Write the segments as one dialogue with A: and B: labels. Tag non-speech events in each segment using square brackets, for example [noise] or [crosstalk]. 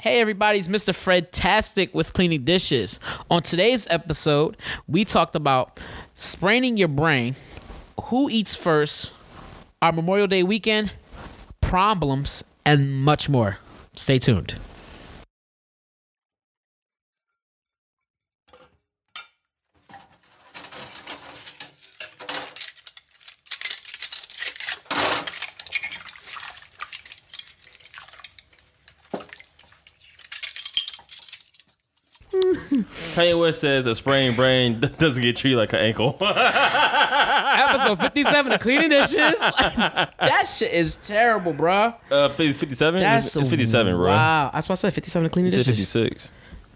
A: Hey everybody's Mr. Fred Tastic with Cleaning Dishes. On today's episode, we talked about spraining your brain, who eats first, our Memorial Day weekend, problems, and much more. Stay tuned.
B: Kanye West says a sprained brain [laughs] d- doesn't get treated like an ankle.
A: [laughs]
B: [laughs]
A: Episode 57 of Cleaning Dishes. [laughs] that shit is terrible, bruh.
B: uh, 57?
A: That's
B: It's, it's 57, bro.
A: Wow. That's why I said 57 of Cleaning
B: It's
A: Dishes.
B: 56.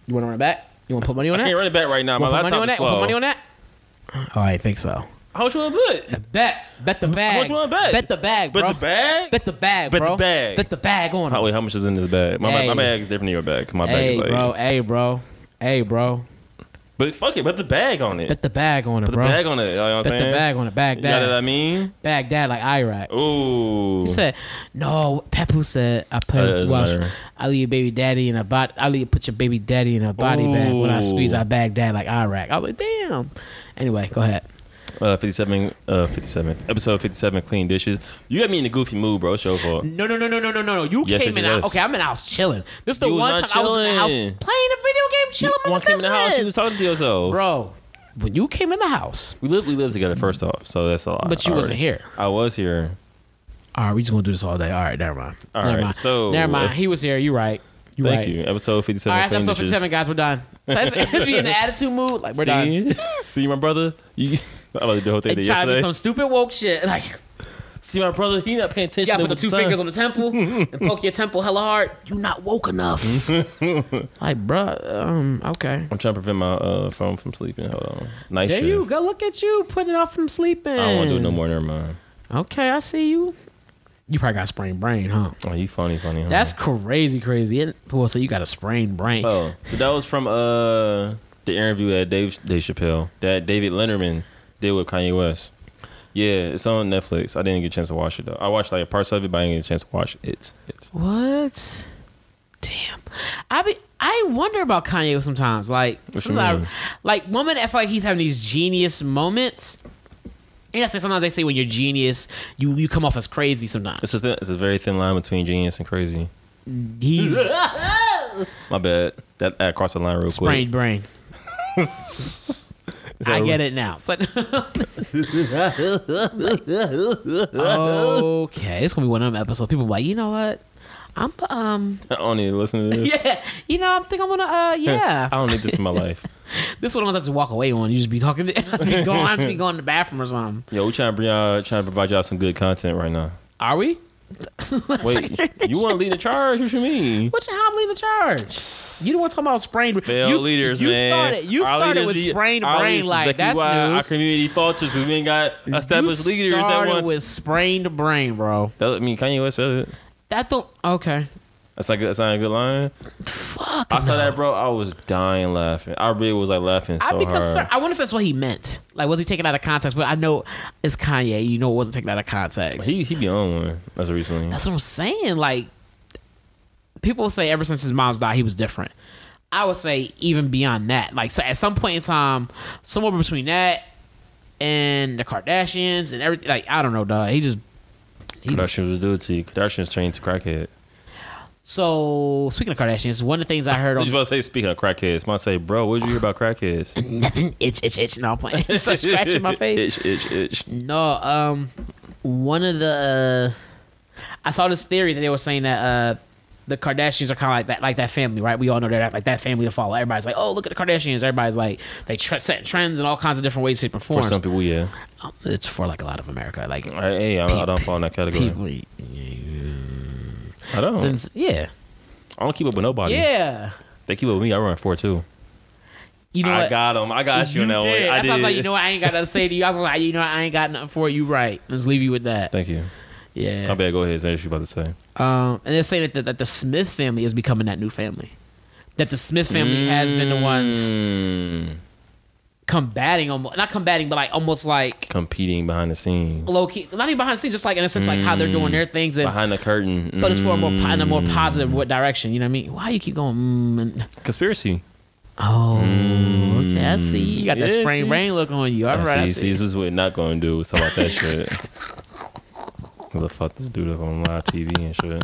A: You want to run it back? You want to put money on that?
B: I can't run it back right now. My
A: Wanna put money
B: laptop
A: on
B: is
A: that? Wanna
B: slow.
A: Put money on that? Oh, I think so.
B: How much you want to bet?
A: Bet. Bet the bag.
B: much you wanna bet?
A: the bag, bro.
B: Bet the bag?
A: Bet the bag,
B: Bet the
A: bro.
B: bag.
A: Bet the bag on
B: Oh,
A: it.
B: wait, how much is in this bag? My, my,
A: Hey.
B: my bag is different than your bag. My bag
A: Hey,
B: is like,
A: bro. Hey, bro. Hey, bro.
B: but fuck it, put the bag on it.
A: Bet the bag on it,
B: Put the
A: bro.
B: bag on it. You know what I'm
A: Bet
B: saying?
A: the bag on it. Bag
B: You know what I
A: dad.
B: mean?
A: Bag dad like Iraq.
B: Ooh.
A: He said, "No." Pepu said, "I put
B: Uh, it doesn't
A: well,
B: matter.
A: I leave your baby daddy in a body. I leave put your baby daddy in a body bag. When I squeeze,
B: Ooh.
A: I bag dad like Iraq." I was like, "Damn." Anyway, go ahead.
B: Uh, 57, uh, 57, episode 57, clean dishes. You got me in a goofy mood, bro. It's your fault.
A: No, no, no, no, no, no, no, no. You
B: Yes,
A: came
B: yes,
A: in. I-
B: yes.
A: Okay, I'm in the house chilling. This is the
B: You was
A: one time
B: not
A: I was in the house playing
B: chilling.
A: a video game, chilling.
B: One
A: on
B: came in the house, you was
A: business.
B: talking to yourself.
A: bro. When you came in the house,
B: We lived, we lived together first off, so that's a lot.
A: But you wasn't here.
B: I was here.
A: all right, we just gonna do this all day. All right, never mind.
B: All
A: never
B: right,
A: mind.
B: so-
A: never mind. He was here. You right. You
B: Thank
A: right.
B: you. Episode 57.
A: All right, that's
B: clean
A: episode 57, guys. We're done. So
B: [laughs]
A: it's, it's be in the attitude mood. Like we're done.
B: dishes. See? [laughs] See my brother? You, [laughs] I like the whole thing
A: And
B: that
A: try to do
B: yesterday.
A: some stupid woke shit. Like,
B: See my brother? He not paying attention
A: yeah, put
B: to
A: the
B: what
A: two
B: son-
A: fingers on the temple and poke your temple hella hard. You not woke
B: [laughs]
A: enough. like, bruh, um, okay.
B: [laughs] I'm trying to prevent my uh, phone from sleeping. Hold on. Night
A: There
B: shift.
A: you go. Look at you putting it off from sleeping.
B: I don't want to do it no more. Never mind.
A: Okay, I see you. You probably got sprained brain, huh?
B: Oh, you funny, funny. Huh?
A: That's crazy, crazy. And well, so you got a sprained brain.
B: Oh, so that was from uh the interview that Dave Dave Chappelle that David Letterman did with Kanye West. Yeah, it's on Netflix. I didn't get a chance to watch it though. I watched like parts of it, but I didn't get a chance to watch it. it.
A: What? Damn. I be I wonder about Kanye sometimes. Like
B: What you
A: sometimes
B: mean?
A: I- like women I feel like he's having these genius moments. And that's why sometimes they say when you're genius, you, you come off as crazy sometimes.
B: It's a thin, it's a very thin line between genius and crazy. [laughs]
A: He's
B: My bad. That I crossed the line real
A: sprained brain.
B: quick.
A: I get it now.
B: [laughs]
A: It's like Okay, it's gonna be one of them episodes. People like, you know what? I'm um
B: [laughs] I don't need to listen to this.
A: yeah, you know, I think I'm gonna uh [laughs] yeah.
B: [laughs] I don't need this in my life.
A: This is one of those I just walk away on. You just be talking to [laughs] I just be going, I just be going to the bathroom or something.
B: Yo, we trying to bring y'all, trying to provide y'all some good content
A: [laughs]
B: right now.
A: Are we?
B: Wait, you want to lead the charge? What you mean?
A: What you how I'm leading the charge? You the one talking about sprained
B: Failed
A: you,
B: leaders,
A: you
B: man.
A: started you
B: Our
A: started
B: leaders
A: with
B: be-
A: sprained
B: our leaders
A: brain
B: is
A: like
B: exactly
A: that's
B: why Our
A: news.
B: community falters because we ain't got
A: you
B: established leaders that
A: started
B: want.
A: with sprained brain, bro.
B: that, I mean, Kanye West said it.
A: That don't okay.
B: That's not good. That's not a good line.
A: Fuck.
B: I saw
A: no.
B: that, bro. I was dying laughing. I really was like laughing so
A: I'd be
B: hard.
A: concerned. I wonder if that's what he meant. Like, was he taken out of context? But I know it's Kanye. You know, it wasn't taken out of context.
B: He he be on one as of recently.
A: That's what I'm saying. Like, people say ever since his mom's died, he was different. I would say even beyond that. Like, so at some point in time, somewhere between that and the Kardashians and everything, like, I don't know, dog. He just. he-
B: Kardashian was due to you. Kardashian's turned to crackhead.
A: so, speaking of Kardashians, one of the things I heard
B: I was
A: on.
B: [laughs] about to say, speaking of crackheads, I'm about to say, bro, what did you hear
A: [laughs]
B: about crackheads?
A: Nothing. Itch, itch, itch. No, I'm playing. [laughs] It's like scratching my face.
B: Itch, itch, itch.
A: No, um, one of the uh, I saw this theory that they were saying that uh the Kardashians are kind of like that, like that family, right? We all know they're that, like that family to follow. Everybody's like, oh, look at the Kardashians. Everybody's like, they tr set trends in all kinds of different ways to
B: For
A: perform.
B: some people, yeah.
A: Um, it's for like a lot of America, like
B: I, hey, I, I don't fall in that category.
A: people.
B: Oh. I don't.
A: Since, yeah,
B: I don't keep up with nobody.
A: yeah.
B: They keep up with me. I run four too.
A: You know
B: I
A: what?
B: got them. I got you, in that way.
A: did.
B: I
A: That's why I was
B: did.
A: like, you know what? I ain't got nothing to say to you. I was like, you know what? I ain't got nothing for you. Right? Let's leave you with that.
B: Thank you.
A: Yeah.
B: I better go ahead and say what you about to say.
A: Um, and they're saying that the, that the Smith family is becoming that new family. That the Smith family has been the ones
B: Mm.
A: combating, almost not combating, but like almost like
B: competing behind the scenes,
A: low key, not even behind the scenes, just like in a sense, like how they're doing their things, and
B: Mm. behind the curtain.
A: but it's for a more po- in a more
B: Mm.
A: positive wo- direction. You know what I mean? Why you keep going? Mm, and,
B: conspiracy.
A: oh, okay, I see. You got that
B: Mm. Yeah,
A: spring
B: see?
A: brain look on you. All
B: I
A: right,
B: see,
A: I
B: see,
A: see.
B: this is what not gonna do. Was talk about
A: [laughs]
B: that shit. Cause I fucked this dude up on live TV and shit.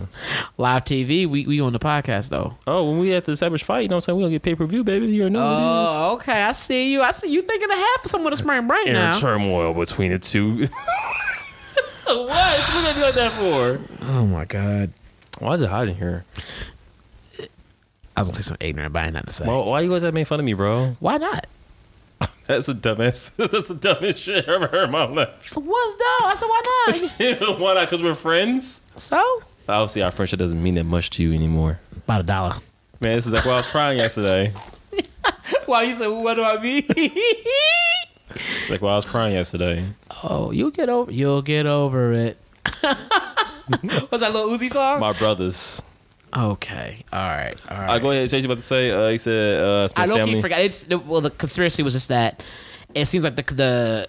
A: Live TV. We we on the podcast though.
B: Oh, when we at the savage fight, you know what I'm saying? We gonna get pay per view, baby. You already know what
A: Oh, okay. I see you. I see you thinking ahead for someone to spring brain
B: it is. Inner
A: now.
B: turmoil between the [laughs] two. what? What are they doing that for?
A: oh my god.
B: Why is it hot in here?
A: I was gonna say something ignorant, but I ain't nothing to say.
B: Why, why you guys making fun of me, bro?
A: Why not?
B: That's the dumbest. [laughs] That's the dumbest shit I ever heard in my life.
A: What's dumb? I said why not?
B: [laughs] Why not? Cause we're friends.
A: so
B: Obviously, our friendship doesn't mean that much to you anymore.
A: about a dollar.
B: Man, this is like why I was crying yesterday.
A: [laughs] Why you say what do I mean?
B: Like why I was crying yesterday.
A: [laughs] oh, you'll get over. You'll get over [laughs] it. What's that little Uzi song?
B: My brothers.
A: okay. All right. All right.
B: I go ahead. Chase, you about to say? Uh, he said, uh, it's my
A: I low
B: family.
A: key forgot. It's the- well, the conspiracy was just that it seems like the the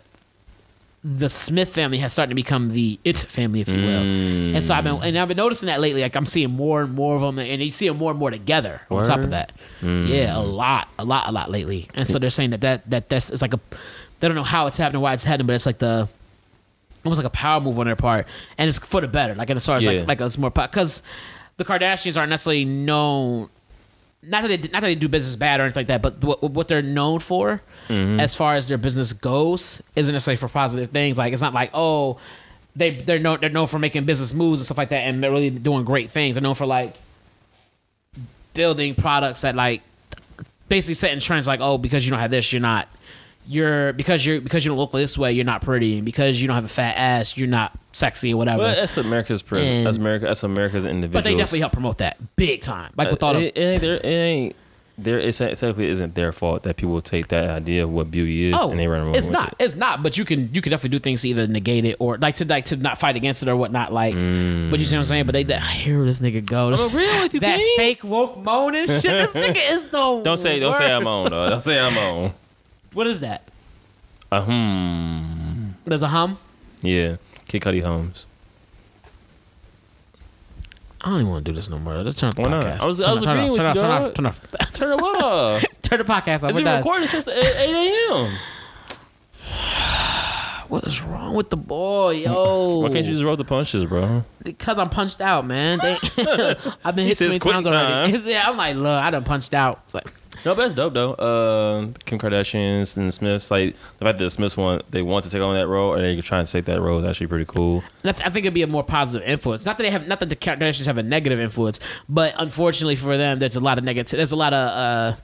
A: the Smith family has started to become the it family, if you will. And so I've
B: Mm.
A: been and I've been noticing that lately. Like I'm seeing more and more of them, and you see them more and more together. On top of
B: Word. Mm.
A: that, yeah, a lot, a lot, a lot lately. And so they're saying that that that that's it's like a they don't know how it's happening, why it's happening, but it's like the almost like a power move on their part, and it's for the better. Like in as far as
B: Yeah.
A: like like it's more because the Kardashians aren't necessarily known. Not that they not that they do business bad or anything like that, but what what they're known for, as far as their business goes, isn't necessarily for positive things. Like it's not like oh, they they're known they're known for making business moves and stuff like that, and they're really doing great things. They're known for like building products that like basically setting trends like oh because you don't have this you're not you're because you're because you don't look this way you're not pretty and because you don't have a fat ass you're not sexy or whatever but,
B: Well, that's America's pr-
A: And-
B: that's America that's America's individuals.
A: they definitely help promote that big time like with all the
B: Uh, it, it ain't their it ain't there it's it technically isn't their fault that people take that idea of what beauty is
A: oh
B: and they run around
A: it's
B: with
A: not
B: it.
A: it's not but you can you can definitely do things to either negate it or like to like to not fight against it or whatnot like but you see what I'm saying but they I hear this nigga go this,
B: I'm real with you,
A: that
B: King.
A: fake woke moaning shit this nigga is the
B: [laughs] Don't say don't say I'm um,
A: worst.
B: on though. Don't say I'm on.
A: what is that
B: Uh, hmm.
A: there's a hum
B: Yeah. Kid Cudi Holmes.
A: I don't even want to do this no more. Let's turn off the
B: Why
A: podcast.
B: not? I was- I
A: turn
B: was
A: turn
B: agreeing with
A: turn
B: you,
A: turn
B: dog.
A: Turn off.
B: [laughs] Turn it off.
A: Turn the podcast off. We're
B: It's been
A: done.
B: recording since eight AM.
A: What is wrong with the boy, yo?
B: Why can't you just roll the punches, bro?
A: Because I'm punched out, man.
B: [laughs]
A: They, [laughs] I've been hit
B: says
A: too many
B: quit
A: times
B: time.
A: already. yeah, I'm like, look, I done punched out. It's like,
B: No, but that's dope though. Uh, Kim Kardashians and the Smiths, like the fact that the Smiths want they want to take on that role and they're trying to take that role is actually pretty cool.
A: that's, I think it'd be a more positive influence. Not that they have, not that the Kardashians have a negative influence, but unfortunately for them, there's a lot of negative. There's a lot of. uh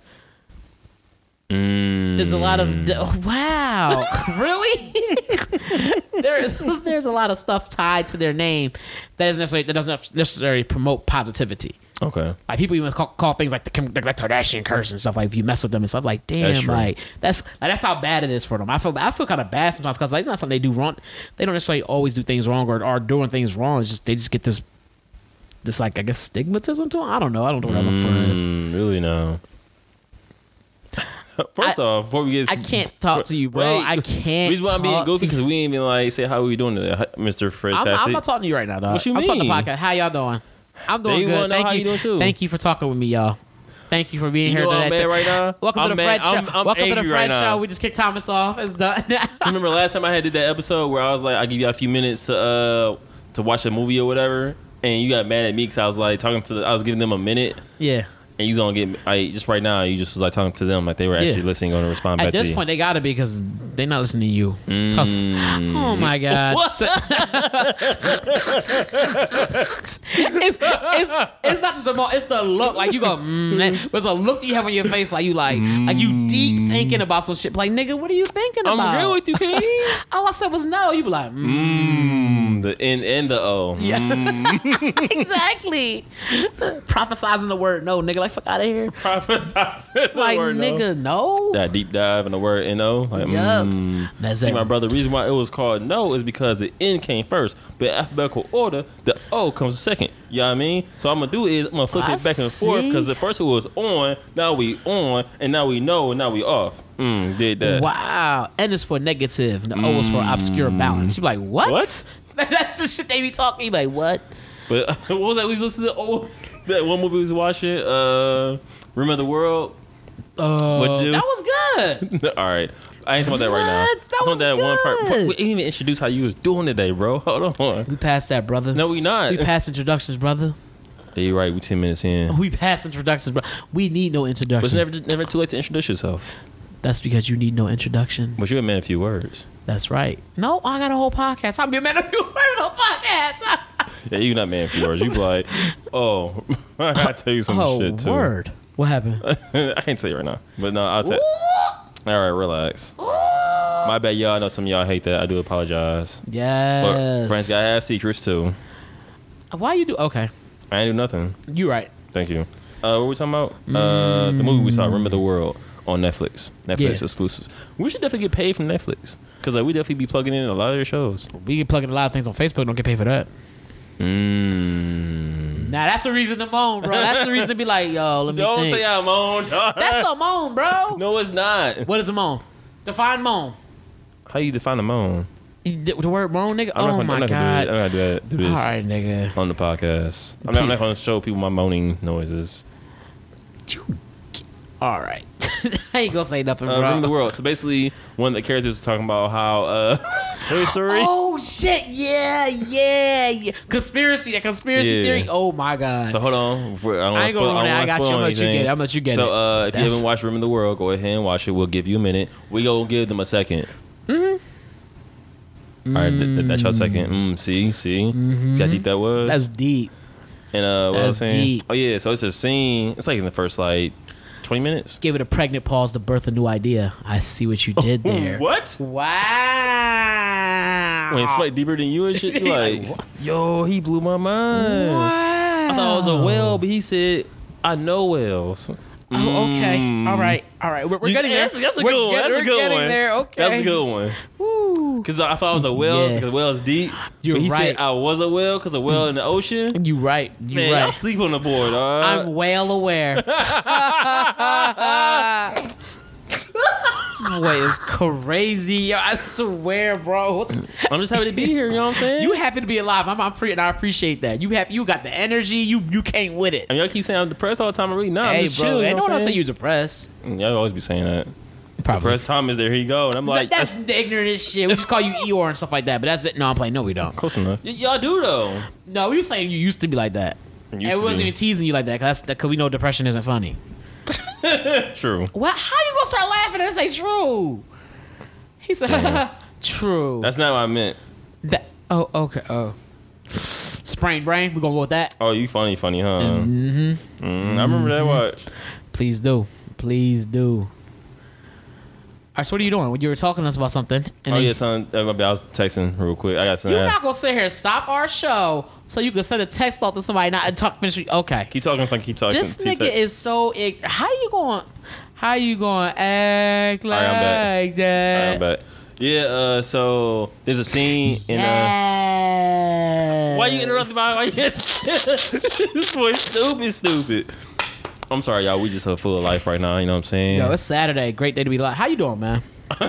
B: Mm,
A: There's a lot of wow, [laughs] really? there's [laughs] there's a lot of stuff tied to their name that isn't necessarily that doesn't necessarily promote positivity.
B: Okay.
A: Like people even call, call things like the Kim- like the Kardashian curse and stuff. Like if you mess with them and stuff, like damn,
B: That's true.
A: like that's like, that's how bad it is for them. I feel I feel kind of bad sometimes because like it's not something they do wrong. They don't necessarily always do things wrong or are doing things wrong. It's just they just get this this like I guess stigmatism to them. I don't know. I don't know what I'm looking for. Is.
B: Mm,
A: [laughs]
B: really no. First
A: I-
B: off, before we get,
A: I can't talk to you, bro.
B: Wait.
A: I can't.
B: We just want to be
A: talk
B: goofy
A: to you.
B: because we ain't even like say how we doing, today, hi- Mr.
A: I'm, I'm
B: Fantastic.
A: not talking to you right now, dog.
B: What you
A: I'm talking to the
B: mean?
A: podcast. How y'all doing? I'm doing
B: They
A: good.
B: wanna know
A: Thank
B: how
A: you.
B: you doing, too.
A: Thank you for talking with me, y'all. Thank you for being
B: You
A: here
B: know
A: today.
B: I'm mad right now.
A: Welcome to
B: I'm
A: the Fred
B: mad. I'm-
A: Show.
B: I'm
A: Welcome to the
B: angry
A: Fred
B: right
A: Show.
B: now.
A: We just kicked Thomas off. It's done. [laughs]
B: You remember last time I had did that episode where I was like, I give you a few minutes to uh to watch a movie or whatever, and you got mad at me because I was like talking to, the, I was giving them a minute,
A: yeah.
B: and you don't get, I just right now you just was like talking to them like they were actually
A: Yeah.
B: listening, going to respond back
A: At this
B: to you.
A: point, they gotta be because they not listening to you. Tuss- Oh my god.
B: Mm.
A: [laughs]
B: What?
A: it's, it's it's not just the mo- it's the look like you go. Mm, that- it's a look that you have on your face like you like like you
B: Mm.
A: deep thinking about some shit. Like nigga, what are you thinking about?
B: I'm real with you, King. [laughs]
A: All I said was no. You be like, mm.
B: Mm, The N and the O. [laughs]
A: Yeah.
B: Mm,
A: exactly. Prophesizing the word no, nigga. Like, fuck out of here.
B: prophesizing the
A: Like,
B: word no.
A: nigga, no.
B: That deep dive in the word N-O. Like,
A: Yup.
B: mm.
A: That's
B: See,
A: it.
B: my brother, the reason why it was called no is because the N came first. But in alphabetical order, the O comes second. You know what I mean? So I'm going to do is I'm going to flip
A: I
B: it back and forth
A: see.
B: because at first it was on, now we on, and now we know, and now we off. Mm, did that.
A: Wow. N is for negative, and the O is for obscure balance. You're like, what?
B: Mm. What?
A: [laughs] That's the shit they be talking. You like, what?
B: But [laughs] what was that we was listening to? Oh, that one movie we was watching, uh, Remember the World.
A: Uh,
B: What do-
A: that was
B: [laughs]
A: good.
B: All right, I ain't talking about that right now.
A: What? That
B: I'm talking
A: was
B: about One part.
A: good.
B: We didn't even introduce how you was doing today, bro. [laughs] Hold on.
A: We passed that, brother.
B: No, we not.
A: We passed introductions, brother. [laughs]
B: yeah, you're right. We ten minutes in.
A: We passed introductions, bro. We need no
B: But it's
A: introduction.
B: never never too late to introduce yourself.
A: That's because you need no introduction.
B: But you're a man of few words.
A: That's right. No, I got a whole podcast. I'm your man [laughs] of your whole podcast. [laughs]
B: Yeah, you not man of few words. You be like, oh, [laughs] I gotta tell you some
A: oh,
B: shit too.
A: word. What happened?
B: [laughs] I can't tell you right now. But no, I'll tell. All right, relax. My bad, y'all. I know some of y'all hate that. I do apologize. But
A: yes.
B: friends gotta have secrets too.
A: Why you do? Okay,
B: I ain't do nothing.
A: you right.
B: Thank you. Uh, what were we talking about? Uh, the movie we saw, Remember the World, on Netflix. Netflix
A: Yeah.
B: exclusives. We should definitely get paid from Netflix because like we definitely be plugging in a lot of their shows.
A: We can plug in a lot of things on Facebook. Don't get paid for that.
B: Mm-hmm. Mm.
A: Nah, that's a reason to moan, bro. That's the reason to be like, yo, let me
B: Don't
A: think.
B: say I'm on. [laughs]
A: that's a moan, bro.
B: no, it's not.
A: What is a moan? Define moan.
B: How you define a moan?
A: You d- The word moan, nigga.
B: I'm
A: oh
B: not gonna,
A: my
B: I'm not gonna
A: god.
B: do it. I'm not gonna do that- do
A: All
B: this
A: right, nigga.
B: on the podcast. I'm not, I'm
A: Please.
B: not gonna show people my moaning noises.
A: All right. [laughs] I ain't gonna say nothing,
B: Uh, Remember the
A: bro.
B: World. So basically, one of the characters was talking about how uh, [laughs] Toy Story.
A: Oh shit! Yeah, yeah, yeah. Conspiracy, that conspiracy
B: Yeah.
A: theory. Oh my god.
B: So hold on. Before, I, don't
A: I
B: wanna
A: ain't
B: spoil,
A: gonna
B: I,
A: ruin it. I
B: don't wanna
A: got you.
B: spoil
A: I'm gonna let you get
B: anything.
A: it. I'm gonna let you get
B: so,
A: it.
B: uh, if
A: That's-
B: you haven't watched Remember the World, go ahead and watch it. We'll give you a minute. We gonna give them a 2nd
A: Mm-hmm.
B: All right, th- th- that's your second. Mm, see, see, see how deep that was.
A: That's deep.
B: and uh, what I was
A: that's
B: saying.
A: deep.
B: Oh yeah, so it's a scene. It's like in the first like twenty minutes.
A: Give it a pregnant pause to birth a new idea. I see what you did there.
B: [laughs] What?
A: Wow.
B: When it's like deeper than you and
A: [laughs]
B: shit, you like, yo, he blew my mind.
A: Wow.
B: I thought it was a whale, but he said, I know whales.
A: Oh, okay.
B: Mm.
A: All right. All right. We're, we're
B: You-
A: getting there.
B: that's, That's a
A: We're
B: good one.
A: get-
B: That's
A: we're
B: a good
A: getting
B: one.
A: there. Okay.
B: That's a good one.
A: Woo.
B: Because I thought it was a whale
A: Yeah.
B: because whale's deep.
A: You're
B: but he
A: right.
B: said I was a whale because a whale in the ocean.
A: You right. You
B: Man, I'm [laughs]
A: right.
B: sleep on the board, dog.
A: I'm well
B: [laughs]
A: aware. this boy is crazy. Yo, I swear, bro. What's-
B: I'm just happy to be here. You know what I'm saying?
A: You happy to be alive. I'm, I'm pre- and I appreciate that. You have you got the energy. You you came with it.
B: I mean, y'all keep saying I'm depressed all the time. I'm really not. I'm
A: Hey,
B: just
A: bro.
B: chill. You
A: Ain't
B: know
A: no
B: what
A: one
B: I'm
A: else say
B: saying?
A: you depressed.
B: Y'all always be saying that.
A: Probably.
B: Depressed Tom is there. He go, and I'm like,
A: that's,
B: that's,
A: ignorant as shit. We just call you Eeyore and stuff like that. But that's it. No, I'm playing. No, we don't.
B: close enough. Y- y'all do though.
A: No, we were saying you used to be like that.
B: Used
A: and
B: to
A: we wasn't
B: be.
A: even teasing you like that because that, 'cause we know depression isn't funny.
B: True.
A: What? How you gonna start laughing and say true? He said, [laughs] "True."
B: That's not what I meant.
A: That- oh, okay. Oh, sprained brain. We gonna go with that.
B: Oh, you funny, funny, huh? Mm-hmm. I remember
A: Mm-hmm.
B: that watch.
A: Please do. Please do. All right. So what are you doing? When you were talking to us about something, and
B: Oh
A: then-
B: yeah, son. I was texting real quick. I got
A: you're
B: something.
A: not gonna sit here and stop our show so you can send a text off to somebody not and talk finish. Okay.
B: Keep talking, son. Keep talking.
A: This
B: Keep
A: nigga
B: talking.
A: is so ig- How you going? How you going to act
B: right, I'm back.
A: like
B: All
A: that?
B: right, but yeah, uh, so there's a scene in uh
A: Yes.
B: Why you interrupting my why you- [laughs] This boy stupid stupid. I'm sorry, y'all. We just so full of life right now. You know what I'm saying?
A: Yo, it's Saturday. Great day to be live. How you doing,
B: [laughs]
A: man? Yo,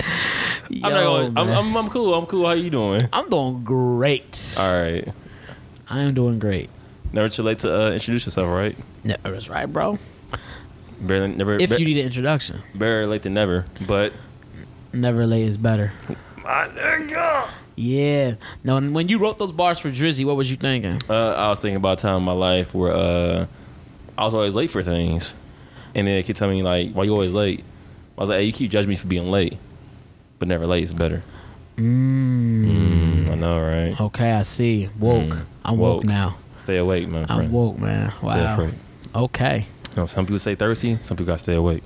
B: I'm not going. I'm,
A: man.
B: I'm, I'm cool. I'm cool. How you doing?
A: I'm doing great.
B: All right.
A: I am doing great.
B: Never too late to uh, introduce yourself, right?
A: No, that's right, bro.
B: Barely, never.
A: If
B: ba-
A: you need an introduction,
B: better late than never. But
A: never late is better.
B: my nigga.
A: Yeah. No, and when you wrote those bars for Drizzy, what was you thinking?
B: Uh, I was thinking about a time in my life where uh, I was always late for things, and then they kept telling me like, "Why you always late?" I was like, "Hey, you keep judging me for being late, but never late is better." Mm. I know, right?
A: Okay, I see. Woke.
B: Mm,
A: I'm woke,
B: woke.
A: now.
B: Stay awake, my friend.
A: I'm woke, man.
B: Stay
A: Oh, Wow.
B: afraid.
A: Okay.
B: You know, some people say thirsty. Some people got to stay awake.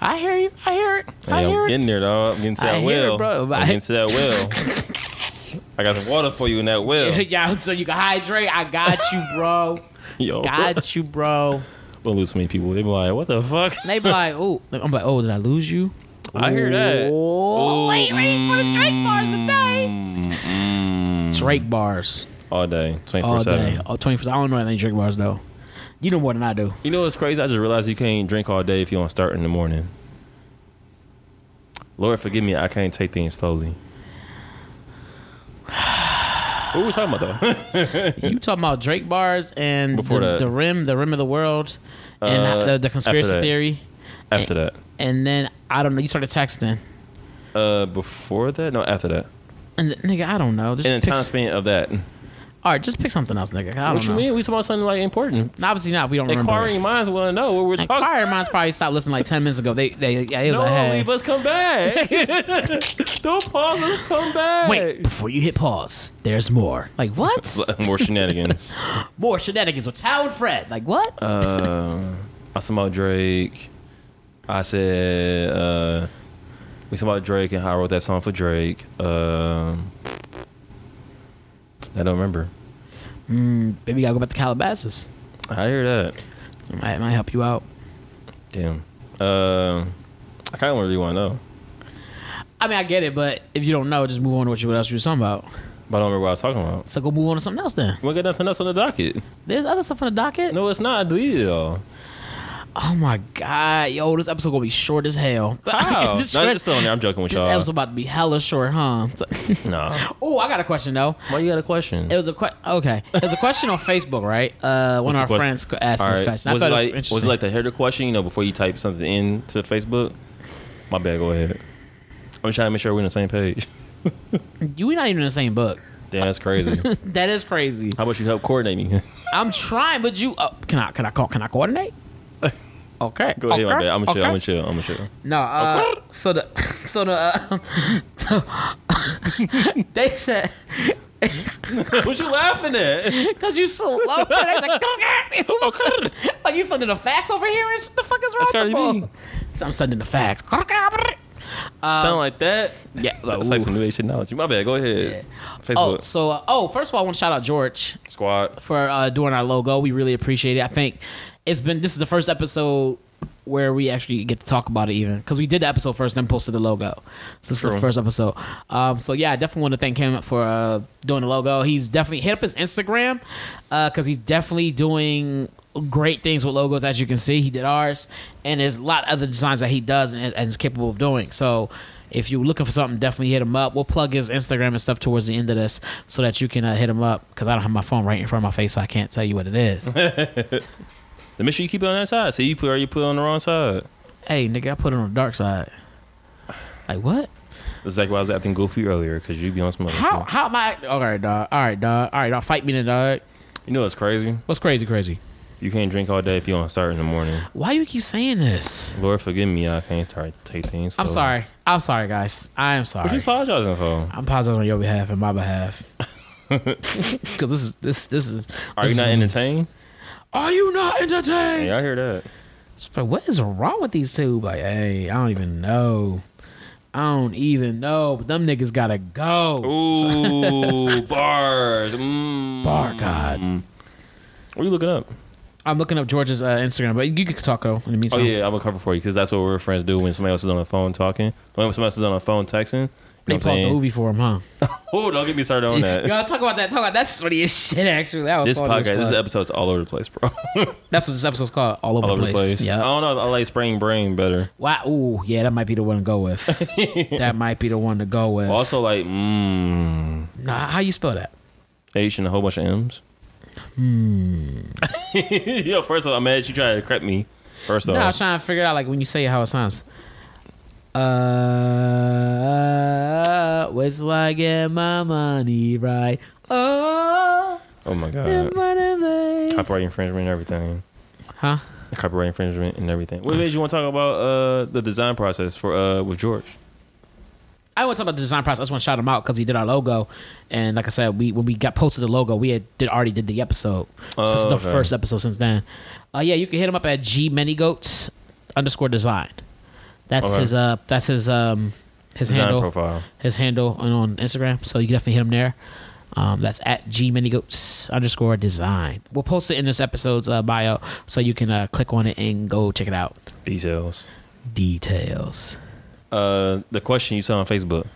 A: I hear you. I hear it. I
B: Hey,
A: hear
B: I'm
A: it.
B: getting there, dog. I'm getting to
A: I
B: that
A: hear it,
B: well.
A: bro, but I-
B: I'm getting to that well.
A: [laughs]
B: I got some water for you in that well.
A: yeah, so you can hydrate. I got you, bro.
B: Yo, [laughs]
A: Got you, bro.
B: we'll lose so many people. They be like, "What the fuck?"
A: They be like, oh, I'm like, oh, did I lose you?
B: I hear that.
A: Oh, wait, ready for the Drake bars today.
B: Mm, mm.
A: Drake bars
B: All day, twenty
A: all
B: four
A: day,
B: seven.
A: all 24. I don't know any Drake bars though. You know more than I do.
B: You know what's crazy? I just realized you can't drink all day if you don't start in the morning. Lord, forgive me. I can't take
A: [sighs]
B: things slowly. what were we talking
A: [laughs]
B: about though?
A: you talking about Drake bars and
B: Before
A: the,
B: that.
A: the rim, the rim of the world, and
B: Uh,
A: the, the conspiracy
B: after that.
A: theory,
B: after that,
A: and then I don't know. You started texting,
B: uh, before that, no, after that,
A: and th- nigga, I don't know. Just
B: in the
A: pick,
B: time span of that.
A: all right, just pick something else, nigga. I don't
B: What you
A: know.
B: mean? We talking about something like important?
A: Nah, Obviously not. We don't remember. it.
B: Inquiring minds want to know what we're talking.
A: Inquiring minds probably stopped listening like ten minutes ago. They, they, yeah, it was
B: No,
A: like, hey.
B: leave us
A: [laughs]
B: come back. [laughs] Don't pause us. Come back.
A: Wait, before you hit pause, there's more. [laughs] Like what?
B: [laughs]
A: [laughs]
B: More shenanigans.
A: more shenanigans with Tao and Fred. Like what?
B: uh, I said about Drake. I said uh, we said about Drake and how I wrote that song for Drake. Um, I don't remember.
A: Maybe you gotta go back to Calabasas.
B: I hear that.
A: It might, it might help you out.
B: Damn. Um I kind of really want to know,
A: I mean, I get it, but if you don't know, just move on to what, you, what else you were talking about.
B: but I don't remember what I was talking about.
A: So go move on to something else then.
B: We got nothing else on the docket.
A: There's other stuff on the docket.
B: No, it's not. I deleted it all.
A: Oh my god, yo, this episode gonna be short as hell. [laughs]
B: How?
A: this
B: no,
A: short-
B: it's still on there. I'm joking with
A: this
B: y'all.
A: episode about to be hella short, huh?
B: Nah.
A: oh, I got a question though.
B: Why you got a question?
A: It was a question. Okay, it was a question on Facebook, right? Uh, one of
B: What's the
A: our
B: que-
A: friends asked
B: All
A: this
B: right.
A: question. I
B: was, it
A: thought
B: like,
A: it was interesting.
B: was it like the header question? You know, before you type something in to Facebook. My bad. Go ahead. I'm trying to make sure we're on the same page. [laughs]
A: you we not even in the same book.
B: Damn,
A: [laughs]
B: that's crazy.
A: That is crazy.
B: How about you help coordinate me? [laughs]
A: I'm trying, but you uh, can I can I call can I coordinate? Okay.
B: go ahead. My
A: okay,
B: bad. I'm gonna chill.
A: okay.
B: I'm gonna chill. I'm gonna chill.
A: No, uh, so the [laughs] so the uh, [laughs] they said
B: what you laughing at? [laughs]
A: because you [laughs] slow. They like, okay. [laughs] like you sending the facts over here and what the fuck is wrong
B: That's Cardi
A: with
B: B.
A: you? [laughs] I'm sending the facts.
B: Sound like that?
A: Yeah.
B: That's like
A: Uh, ooh.
B: some new age technology. My bad. Go ahead.
A: Oh,
B: Facebook
A: so uh, oh, first of all, I want to shout out George
B: squad.
A: for uh, doing our logo. We really appreciate it. I think it's been this is the first episode where we actually get to talk about it even because we did the episode first then posted the logo so this is the
B: True.
A: first episode um, so yeah i definitely want to thank him for uh, doing the logo he's definitely hit up his instagram because he's definitely doing great things with logos as you can see he did ours and there's a lot of other designs that he does and, and is capable of doing so if you're looking for something definitely hit him up we'll plug his instagram and stuff towards the end of this so that you can uh, hit him up because i don't have my phone right in front of my face so i can't tell you what it is
B: Then make sure you keep it on that side. See, you put or you put it on the wrong side.
A: hey nigga i put it on the dark side like what
B: That's exactly why I was acting goofy earlier because you be on some other
A: how
B: shit.
A: how am i all right dog all right dog all right dog fight me then dog
B: You know what's crazy?
A: what's crazy crazy
B: You can't drink all day if you don't start in the morning.
A: why you keep saying this
B: Lord, forgive me. I can't start take things.
A: i'm
B: slow.
A: sorry i'm sorry guys i am
B: What
A: sorry
B: you apologizing for?
A: i'm positive on your behalf and my [laughs]
B: [laughs]
A: behalf because this is this this is
B: Are you
A: this
B: not
A: is-
B: entertained?
A: are you not entertained
B: Hey, I hear that.
A: It's like, what is wrong with these two? Like, hey, I don't even know. I don't even know. But them niggas gotta go.
B: [laughs] Ooh, bars. Mm.
A: Bar God.
B: What are you looking up?
A: I'm looking up George's uh, Instagram, but you could talk though in the
B: Oh
A: meantime.
B: yeah, I'm gonna cover for you because that's what we're friends do when somebody else is on the phone talking. When somebody else is on the phone texting. You
A: They
B: know what I'm
A: paused the
B: saying?
A: movie for him, huh?
B: Oh, don't get me started
A: [laughs] Y'all
B: on that.
A: talk about that. Talk about that's funny as shit. Actually, that was
B: This
A: funny
B: podcast,
A: as
B: this
A: fuck.
B: episode's all over the place, bro. [laughs]
A: that's what this episode's called. All over,
B: all over
A: the place.
B: I
A: Yeah.
B: don't know. I like Spring Brain better.
A: Wow. Ooh, yeah. That might be the one to go with. that might be the one to go with.
B: Also, like, mmm.
A: Nah, how you spell that?
B: H and a whole bunch of M's. Hmm. [laughs] Yo, first of all, I'm mad you trying to crap me. First
A: No, I was
B: off,
A: trying to figure out like when you say it how it sounds. Uh, wait till I get my money right. Oh,
B: oh my
A: the
B: god,
A: money made.
B: copyright infringement and everything.
A: Huh?
B: copyright infringement and everything. What made you want to talk about uh, the design process for uh, with George?
A: I want to talk about the design process. I just want to shout him out because he did our logo, and like I said, we when we got posted the logo, we had did already did the episode. So this is the
B: Oh, okay.
A: first episode since then. Uh, yeah, you can hit him up at G Many Goats underscore design. That's
B: Okay.
A: his uh that's his um his
B: Design
A: handle
B: profile.
A: his handle on, on Instagram, so you can definitely hit him there. Um, that's at G Many Goats underscore design. We'll post it in this episode's uh, bio, so you can uh, click on it and go check it out.
B: Details.
A: Details.
B: Uh, the question you saw on Facebook.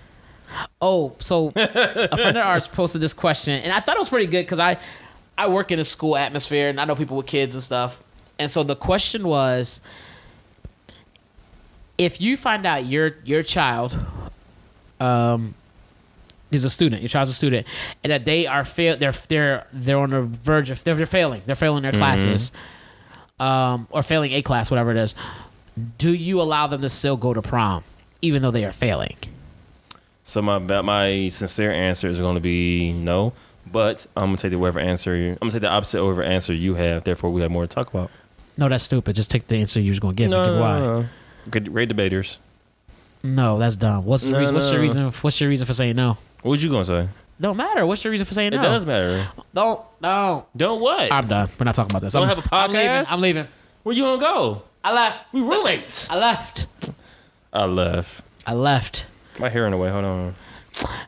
A: Oh, so a friend of ours posted this question, and I thought it was pretty good because I, I work in a school atmosphere, and I know people with kids and stuff. And so the question was, if you find out your your child, um, is a student, your child's a student, and that they are fail, they're they're they're on the verge of they're, they're failing, they're failing their classes, um, or failing a class, whatever it is. Do you allow them to still go to prom, even though they are failing?
B: So my ba- my sincere answer is going to be no, but I'm gonna take the whatever answer you, I'm gonna take the opposite over answer you have. Therefore, we have more to talk about.
A: No, that's stupid. Just take the answer you was gonna give. and give why. No.
B: no. Good, great debaters.
A: that's dumb. What's your
B: No,
A: reason, what's your
B: no.
A: reason? What's your reason for saying no?
B: What was you gonna say?
A: Don't matter. What's your reason for saying
B: It
A: no?
B: does matter.
A: Don't don't.
B: Don't what?
A: I'm done. We're not talking about this.
B: Don't
A: I'm,
B: have a
A: I'm leaving.
B: podcast?
A: I'm leaving.
B: Where you gonna go?
A: I left.
B: We roommates.
A: I left.
B: I left.
A: I left.
B: My hair in the way. Hold on.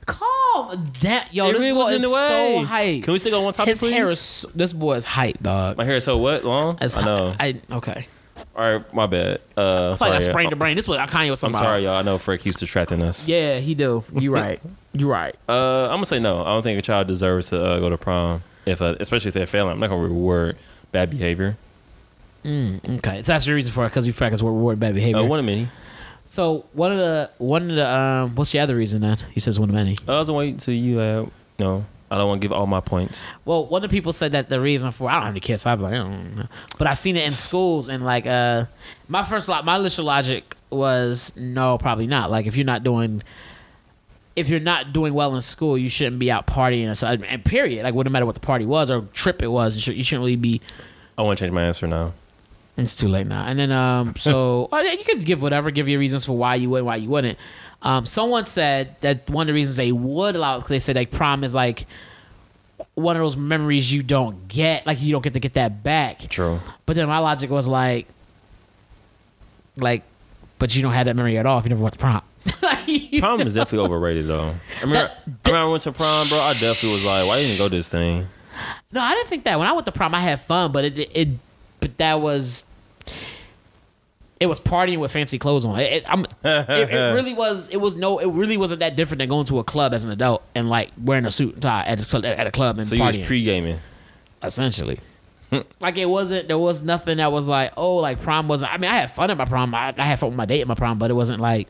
A: Calm down, yo.
B: It
A: Oh, this
B: really
A: boy
B: was in
A: is
B: the way.
A: so hype.
B: Can we stick on one topic,
A: His hair
B: please?
A: is. so- This boy is hype, dog.
B: My hair is so what long?
A: It's
B: I know.
A: hy- I okay.
B: All right, my bad. Uh,
A: It's like I
B: sorry.
A: sprained the brain. This was Kanye was
B: I'm
A: talking
B: sorry,
A: about.
B: y'all. I know Fred keeps distracting us.
A: Yeah, he do. You right. you
B: [laughs]
A: right.
B: Uh, I'm gonna say no. I don't think a child deserves to uh, go to prom if, uh, especially if they're failing. I'm not gonna reward bad behavior.
A: Okay, so that's the reason for it because you focus what reward bad behavior.
B: Uh, one of many.
A: So one of the one of the um, what's the other reason then? He says one of many.
B: I was gonna wait till you. Uh, no, I don't want to give all my points.
A: Well, one of the people said that the reason for I don't have any kids. So I'm like, I don't know. but I've seen it in schools and like uh, my first lot, my initial logic was no, probably not. Like if you're not doing. If you're not doing well in school, you shouldn't be out partying. And, so- and period, like wouldn't matter what the party was or trip it was. You, should, you shouldn't really be.
B: I want to change my answer now.
A: It's too late now. And then um, so oh, yeah, you could give whatever, give your reasons for why you would, why you wouldn't. Um, someone said that one of the reasons they would allow it because they said like prom is like one of those memories you don't get, like you don't get to get that back.
B: True.
A: But then my logic was like, like, but you don't have that memory at all if you never went to prom. [laughs]
B: Prom is definitely overrated though. I remember,
A: That-
B: I remember I went to prom, bro. I definitely was like, why didn't you go to this thing? [laughs]
A: No, I didn't think that. When I went to prom, I had fun, but it, it but that was it was partying with fancy clothes on. It, it, I'm, it,
B: [laughs]
A: it really was. It was no. It really wasn't that different than going to a club as an adult and like wearing a suit and tie at a, at a club and
B: So you
A: partying.
B: was pre gaming. [laughs]
A: essentially. like it wasn't. There was nothing that was like, oh, like prom wasn't. I mean, I had fun at my prom. I, I had fun with my date at my prom, but it wasn't like.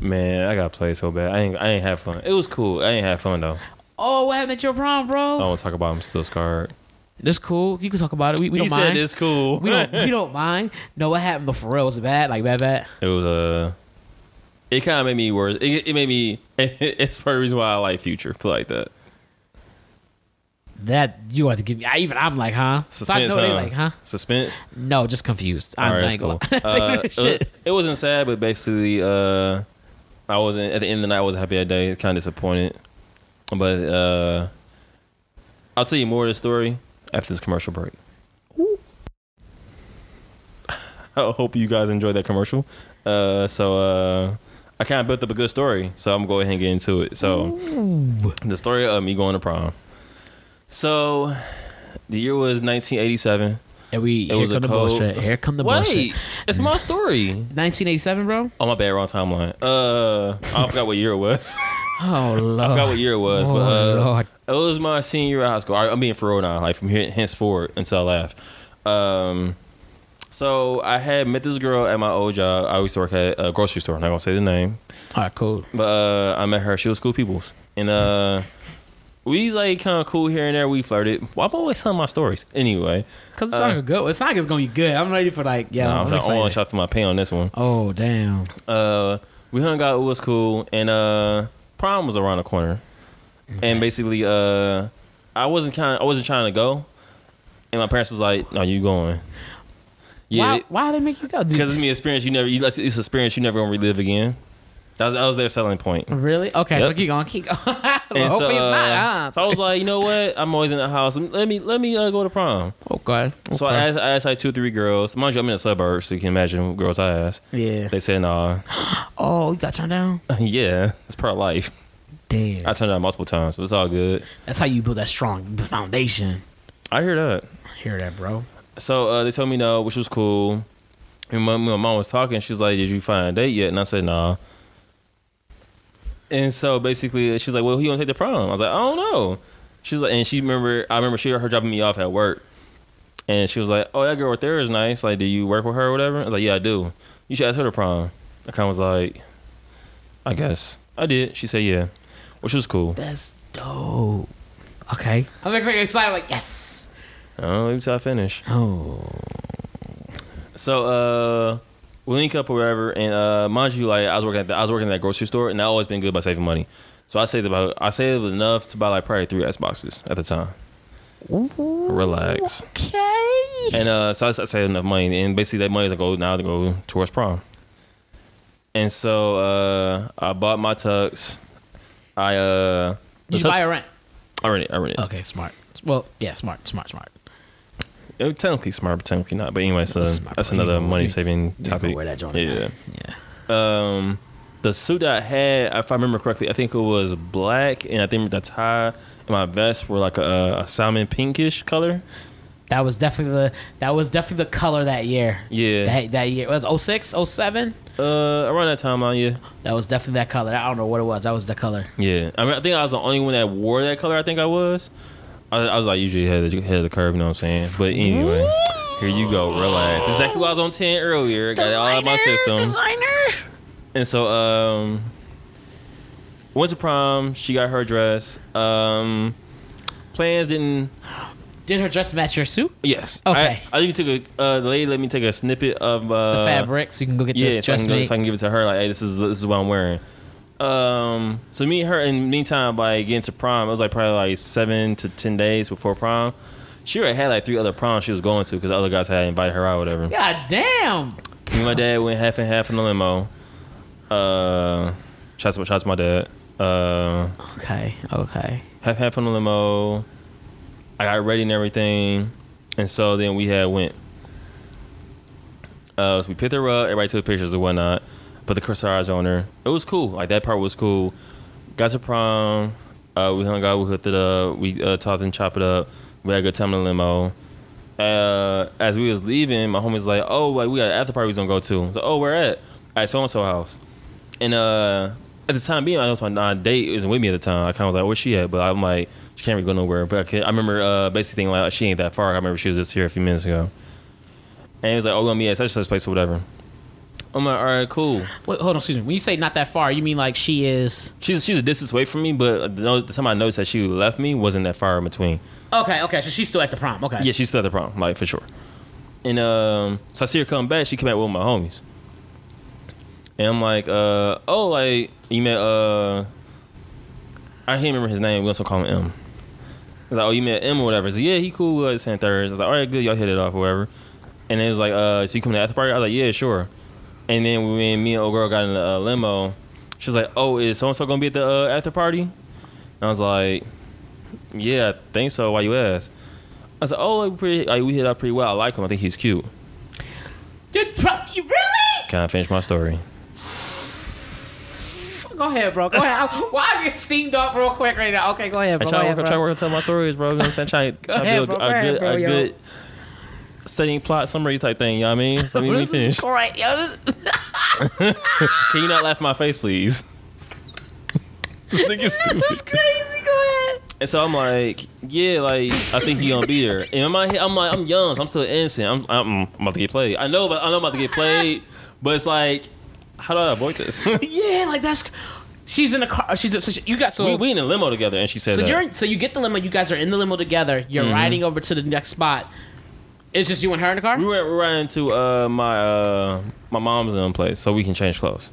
B: Man, I got played so bad. I ain't, I ain't have fun. It was cool. I ain't have fun though.
A: Oh, what happened at your prom,
B: I
A: bro?
B: don't want to talk about. it. I'm still scarred.
A: That's cool. You can talk about it. We, we
B: He
A: don't mind.
B: said it's cool.
A: We don't. We don't mind. No, what happened to Pharrell was bad. Like bad, bad.
B: [laughs] It was Uh, it kind of made me worse. It, it made me. [laughs] It's part of the reason why I like Future. Play like that.
A: That you want to give me? I even I'm like, huh? so I know they like, huh?
B: Suspense.
A: No, just confused. I'm
B: All right,
A: not
B: it's
A: gonna
B: cool.
A: lie. [laughs] It's like,
B: Uh,
A: shit.
B: It, it wasn't sad, but basically, uh, I wasn't at the end of the night. I wasn't happy that day. Kind of disappointed, but uh, I'll tell you more of the story after this commercial break. [laughs] I hope you guys enjoyed that commercial. Uh, so uh, I kind of built up a good story, so I'm gonna go ahead and get into it. So the story of me going to prom. So the year was 1987.
A: And we
B: It
A: here
B: was a
A: come the
B: cold-
A: bullshit. Here come the
B: Wait,
A: bullshit.
B: it's my story.
A: 1987, bro.
B: Oh my bad, wrong timeline. Uh, I forgot what year it was. [laughs]
A: Oh lord.
B: I forgot what year it was,
A: oh,
B: but uh,
A: Lord.
B: it was my senior year of high school. I, I'm being for real now, like from here henceforward until I laugh. Um, so I had met this girl at my old job. I used to work at a grocery store. I'm not gonna say the name,
A: All right, cool.
B: but uh, I met her. She was cool people's, and uh, we like kind of cool here and there. We flirted. Well, I'm always telling my stories anyway.
A: Cause it's not gonna go. It's not gonna be good. I'm ready for like, yeah.
B: Uh, Nah,
A: I'm
B: I'm trying, I want
A: excited.
B: to shot for my pain on this one.
A: Oh damn.
B: uh, we hung out. It was cool, and uh, prom was around the corner. And basically, uh, I wasn't kind. I wasn't trying to go, and my parents was like, "No, you going?" Yeah,
A: Why? Why they make you go?
B: because
A: Dude,
B: it's me experience you never. You, it's an experience you never gonna relive again. That was, that was their selling point.
A: Really? Okay, so
B: Yep.
A: keep going, keep going. [laughs] Hopefully
B: And
A: it's
B: so, uh,
A: not.
B: so I was like, you know what? I'm always in the house. Let me let me uh, go to prom.
A: huh? okay.
B: So I asked, I asked like two or three girls. Mind you, I'm in the suburbs, so you can imagine what girls I asked.
A: Yeah.
B: They said, nah, [laughs]
A: Oh, you got turned down?
B: Uh, yeah, it's part of life.
A: Damn.
B: I turned out multiple times, so it's all good.
A: That's how you build that strong foundation.
B: I hear that.
A: I hear that, bro.
B: So uh, they told me no, which was cool. And my, my mom was talking. She was like, "Did you find a date yet?" And I said, "Nah." And so basically, she was like, "Well, who you gonna take the prom?" I was like, "I don't know." She was like, and she remember I remember she her dropping me off at work, and she was like, "Oh, that girl right there is nice. Like, do you work with her or whatever?" I was like, "Yeah, I do." You should ask her to prom. I kind of was like, "I guess I did." She said, "Yeah," which was cool.
A: That's dope. Okay. I'm excited, excited like, yes.
B: I don't know until I finish.
A: Oh.
B: So uh we link up or whatever and uh mind you like I was working at the, I was working at that grocery store and I always been good by saving money. So I saved about I saved enough to buy like probably three ice boxes at the time. Relax.
A: Okay.
B: And uh so I, I saved enough money and basically that money's like go now to go towards prom. And so uh I bought my tux. I uh
A: Did you
B: the tux-
A: buy a rent?
B: I rent it, I rent it.
A: Okay, smart. Well, yeah, smart, smart, smart.
B: It was technically smart, but technically not. But anyway, so
A: It's smart,
B: that's
A: but you
B: another
A: gonna-
B: money saving
A: You
B: topic.
A: know Where that joint at.
B: yeah.
A: Yeah.
B: um the suit I had, if I remember correctly, I think it was black, and I think the tie and my vest were like a, a salmon pinkish color.
A: That was definitely the that was definitely the color that year.
B: Yeah.
A: That that year. It oh was 06, 07.
B: Uh, around that timeline, yeah,
A: That was definitely that color. I don't know what it was. That was the color.
B: yeah. I mean, I think I was the only one that wore that color. I think I was. I, I was like usually head of, the- head of the curve, you know what I'm saying? But anyway, here you go, relax. Exactly what I was on ten earlier. Got it all out of my system. And so, um, went to prom. She got her dress. Um, plans didn't
A: Did her dress match your suit?
B: Yes.
A: Okay.
B: I, I think you took a uh, the lady let me take a snippet of uh,
A: The fabric, so you can go get
B: Yeah,
A: this
B: so I,
A: dress
B: can go,
A: made.
B: so I can give it to her. Like, hey, this is this is what I'm wearing. Um. So me and her, in the meantime, by getting to prom, it was like probably like seven to ten days before prom. She already had like three other proms she was going to because other guys had invited her out, or whatever.
A: God damn.
B: Me and my dad went half and half in the limo. Uh, shout out, shout out to my dad. Uh,
A: Okay. Okay.
B: half half in the limo. I got ready and everything, and so then we had went. Uh, so we picked her up. Everybody took pictures and whatnot. Put the corsage on her. It was cool. Like that part was cool. Got to prom. Uh, we hung out. We hooked it up. We uh, talked and chopped it up. We had a good time in the limo. Uh, as we was leaving, my homie's like, "Oh, like we got an after party we was gonna go to." So, oh, where at? At so and so house. And uh, at the time being, I know my non date isn't with me at the time. I kind of was like, "Where's she at?" But I'm like, "She can't really go nowhere." But I, can, I remember uh, basically thinking like, "She ain't that far." I remember she was just here a few minutes ago. And he was like, "Oh, we're gonna meet at such and such place or whatever." I'm like, "All right, cool."
A: Wait, hold on, excuse me. When you say not that far, you mean like she is
B: She's she's a distance away from me, but the no- the time I noticed that she left me wasn't that far in between.
A: Okay, okay, so she's still at the prom. Okay.
B: Yeah, she's still at the prom, like for sure. And um, so I see her come back. She came back with my homies, and I'm like, uh, oh, like you met. Uh, I can't remember his name. We also call him M. I was like, oh, you met M or whatever. He's like, yeah, he cool. We like St. Thursday. I was like, all right, good. Y'all hit it off or whatever. And then it was like, uh, so you coming to the after party? I was like, yeah, sure. And then when me and old girl got in the uh, limo, she was like, oh, is so and so gonna be at the uh, after party? And I was like, yeah, I think so. Why you ask? I said, "Oh, like, pretty, like, we hit up pretty well. I like him. I think he's cute."
A: Dude, pro- you really?
B: Can I finish my story?
A: Go ahead, bro. Go ahead. I- Why I get steamed up real quick right now? Okay, go ahead,
B: I
A: bro. go
B: try to
A: ahead,
B: work,
A: bro.
B: try to work and tell my stories, bro. You know what I'm saying? Try, try
A: ahead,
B: to
A: bro.
B: build
A: [laughs] Go
B: a,
A: ahead,
B: good,
A: bro,
B: a
A: yo.
B: good setting plot summary type thing. You know what I mean? So let me
A: This is
B: finish.
A: great, yo. This- [laughs]
B: Can you not laugh in my face, please? [laughs] this nigga's stupid.
A: This is crazy. Go ahead.
B: And so I'm like, yeah, like I think he gonna be there. And in my head, I'm like, I'm young, so I'm still innocent. I'm, I'm, I'm about to get played. I know, but I know I'm about to get played. But it's like, how do I avoid this? [laughs] we,
A: Yeah, like that's. She's in the car. She's so she, you got so.
B: we in a limo together, and she said,
A: so
B: that. Mm-hmm.
A: you're in, so you get the limo. You guys are in the limo together. You're riding over to the next spot. It's just you and her in the car.
B: We went right into uh, my uh, my mom's in place, so we can change clothes.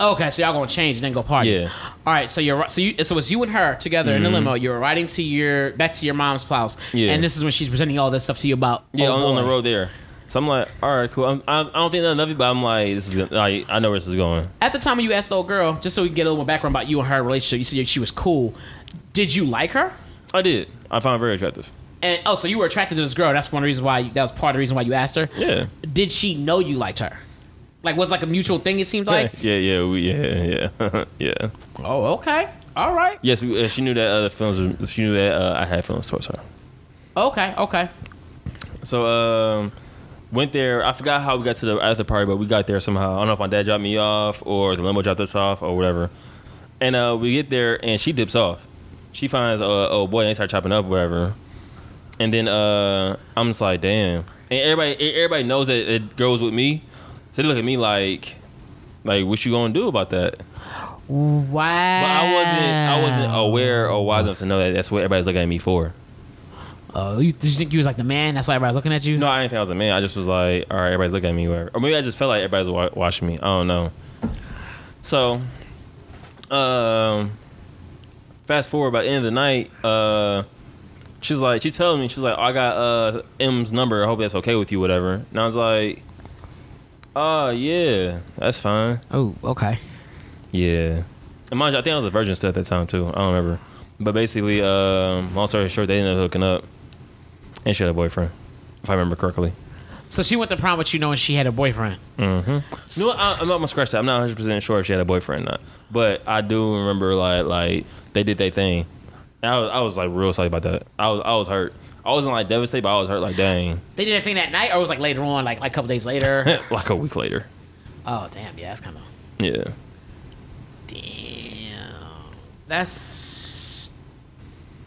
A: Okay, so y'all gonna change and then go party.
B: Yeah. Mm-hmm.
A: All right, so you're so you so it's you and her together in the limo. You're riding to your back to your mom's house.
B: Yeah.
A: And this is when she's presenting all this stuff to you about.
B: Yeah,
A: oh
B: on, on the
A: boy.
B: road there. So I'm like, all right, cool. I'm, I, I don't think nothing of it, but I'm like, this is gonna, like, I know where this is going.
A: At the time when you asked the old girl, just so we can get a little more background about you and her relationship, you said she was cool. Did you like her?
B: I did. I found her very attractive.
A: And oh, so you were attracted to this girl. That's one reason why you, that was part of the reason why you asked her.
B: Yeah.
A: Did she know you liked her? Like was it like a mutual thing. It seemed like.
B: yeah, yeah, we, yeah, yeah, [laughs] yeah.
A: oh, okay. All right.
B: Yes, we, uh, she knew that other films. She knew that uh, I had feelings towards her.
A: Okay. Okay.
B: So um, went there. I forgot how we got to the after party, but we got there somehow. I don't know if my dad dropped me off or the limo dropped us off or whatever. And uh, we get there and she dips off. She finds uh, oh boy, and they start chopping up or whatever. And then uh, I'm just like, damn. And everybody, everybody knows that it goes with me. So they look at me like, like, what you gonna do about that?
A: Wow.
B: But I wasn't, I wasn't oh. aware or wise enough to know that that's what everybody's looking at me for.
A: Oh, you, did you think you was like the man? That's why everybody's looking at you.
B: No, I didn't think I was a man. I just was like, all right, everybody's looking at me, whatever. Or maybe I just felt like everybody's wa- watching me. I don't know. So, um, fast forward by the end of the night, uh, she's like, she tells me, she's like, I got uh M's number. I hope that's okay with you, whatever. And I was like, oh yeah, that's fine.
A: Oh, okay.
B: Yeah. And mind you, I think I was a virgin still at that time too. I don't remember. But basically, um, long story short, they ended up hooking up, and she had a boyfriend, if I remember correctly.
A: So she went to prom with you knowing she had a boyfriend.
B: You know what? I, I'm not gonna scratch that. I'm not 100 percent sure if she had a boyfriend or not, but I do remember like like they did their thing. And I was I was like real sorry about that. I was I was hurt. I wasn't like devastated, but I was hurt like dang, [laughs]
A: They did a thing that night, or it was like later on, like like a couple days later.
B: like a week later.
A: oh damn, yeah, that's kind of
B: Yeah,
A: damn. That's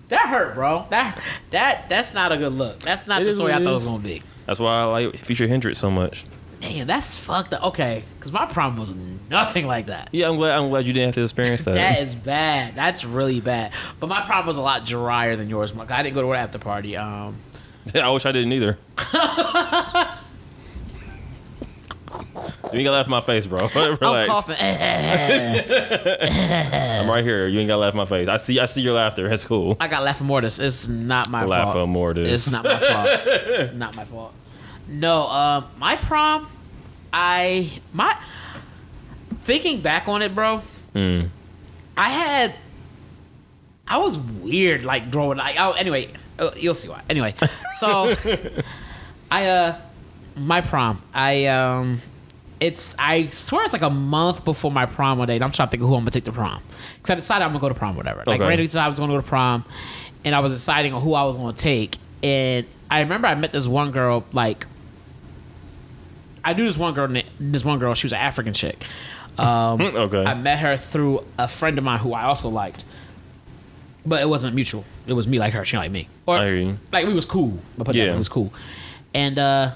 A: that hurt, bro. That that that's not a good look. That's not
B: It
A: the
B: is
A: story
B: what
A: I
B: it
A: thought it was
B: is.
A: gonna be.
B: that's why I like Future Hendrix so much.
A: Damn, that's fucked up. Okay, because my prom was nothing like that.
B: Yeah, I'm glad I'm glad you didn't have to experience that.
A: That is bad. That's really bad. But my prom was a lot drier than yours, Mark. I didn't go to an after party. Um,
B: [laughs] I wish I
A: [laughs]
B: didn't either. you ain't gotta laugh in my face, bro. [laughs]
A: I'm
B: Relax.
A: coughing. [laughs] I
B: I'm right here. You ain't gotta laugh in my face. I see. I see your laughter. That's cool.
A: got laughing mortis. It's not my
B: Laugh
A: fault.
B: up more. Dude.
A: It's not my fault. It's not my fault. No, um, my prom, I my thinking back on it, bro.
B: Mm.
A: I had, I was weird like growing. Like, oh, anyway, uh, you'll see why. Anyway, so I uh, my prom. I um, it's I swear it's like a month before my prom one day. And I'm trying to think of who I'm gonna take to prom because I decided I'm gonna go to prom, whatever. Like
B: Okay.
A: randomly decided I was gonna go to prom, and I was deciding on who I was gonna take. And I remember I met this one girl like I knew this one girl. na- This one girl, she was an African chick. Um,
B: [laughs] Okay.
A: I met her through a friend of mine who I also liked, but it wasn't mutual. It was me like her, she like me, or
B: I hear you.
A: like we was cool. But put it that way,
B: Yeah.
A: it was cool. And uh,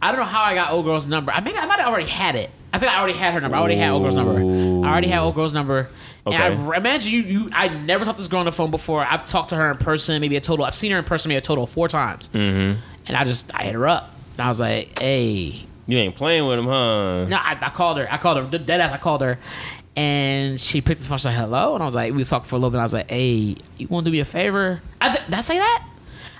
A: I don't know how I got old girl's number. I maybe I might have already had it. I think I already had her number. I already had old girl's number. I already had old girl's number. And I
B: Okay.
A: re- imagine you, you. I never talked to this girl on the phone before. I've talked to her in person, maybe a total. I've seen her in person, maybe a total of four times. Mm-hmm. And I just, I hit her up, and I was like, "Hey,
B: You ain't playing with him, huh?
A: no, I, I called her. I called her. Dead ass. I called her, and she picked this phone. She's like, "Hello," and I was like, "We was talking for a little bit." And I was like, "Hey, you want to do me a favor?" I th- did I say that?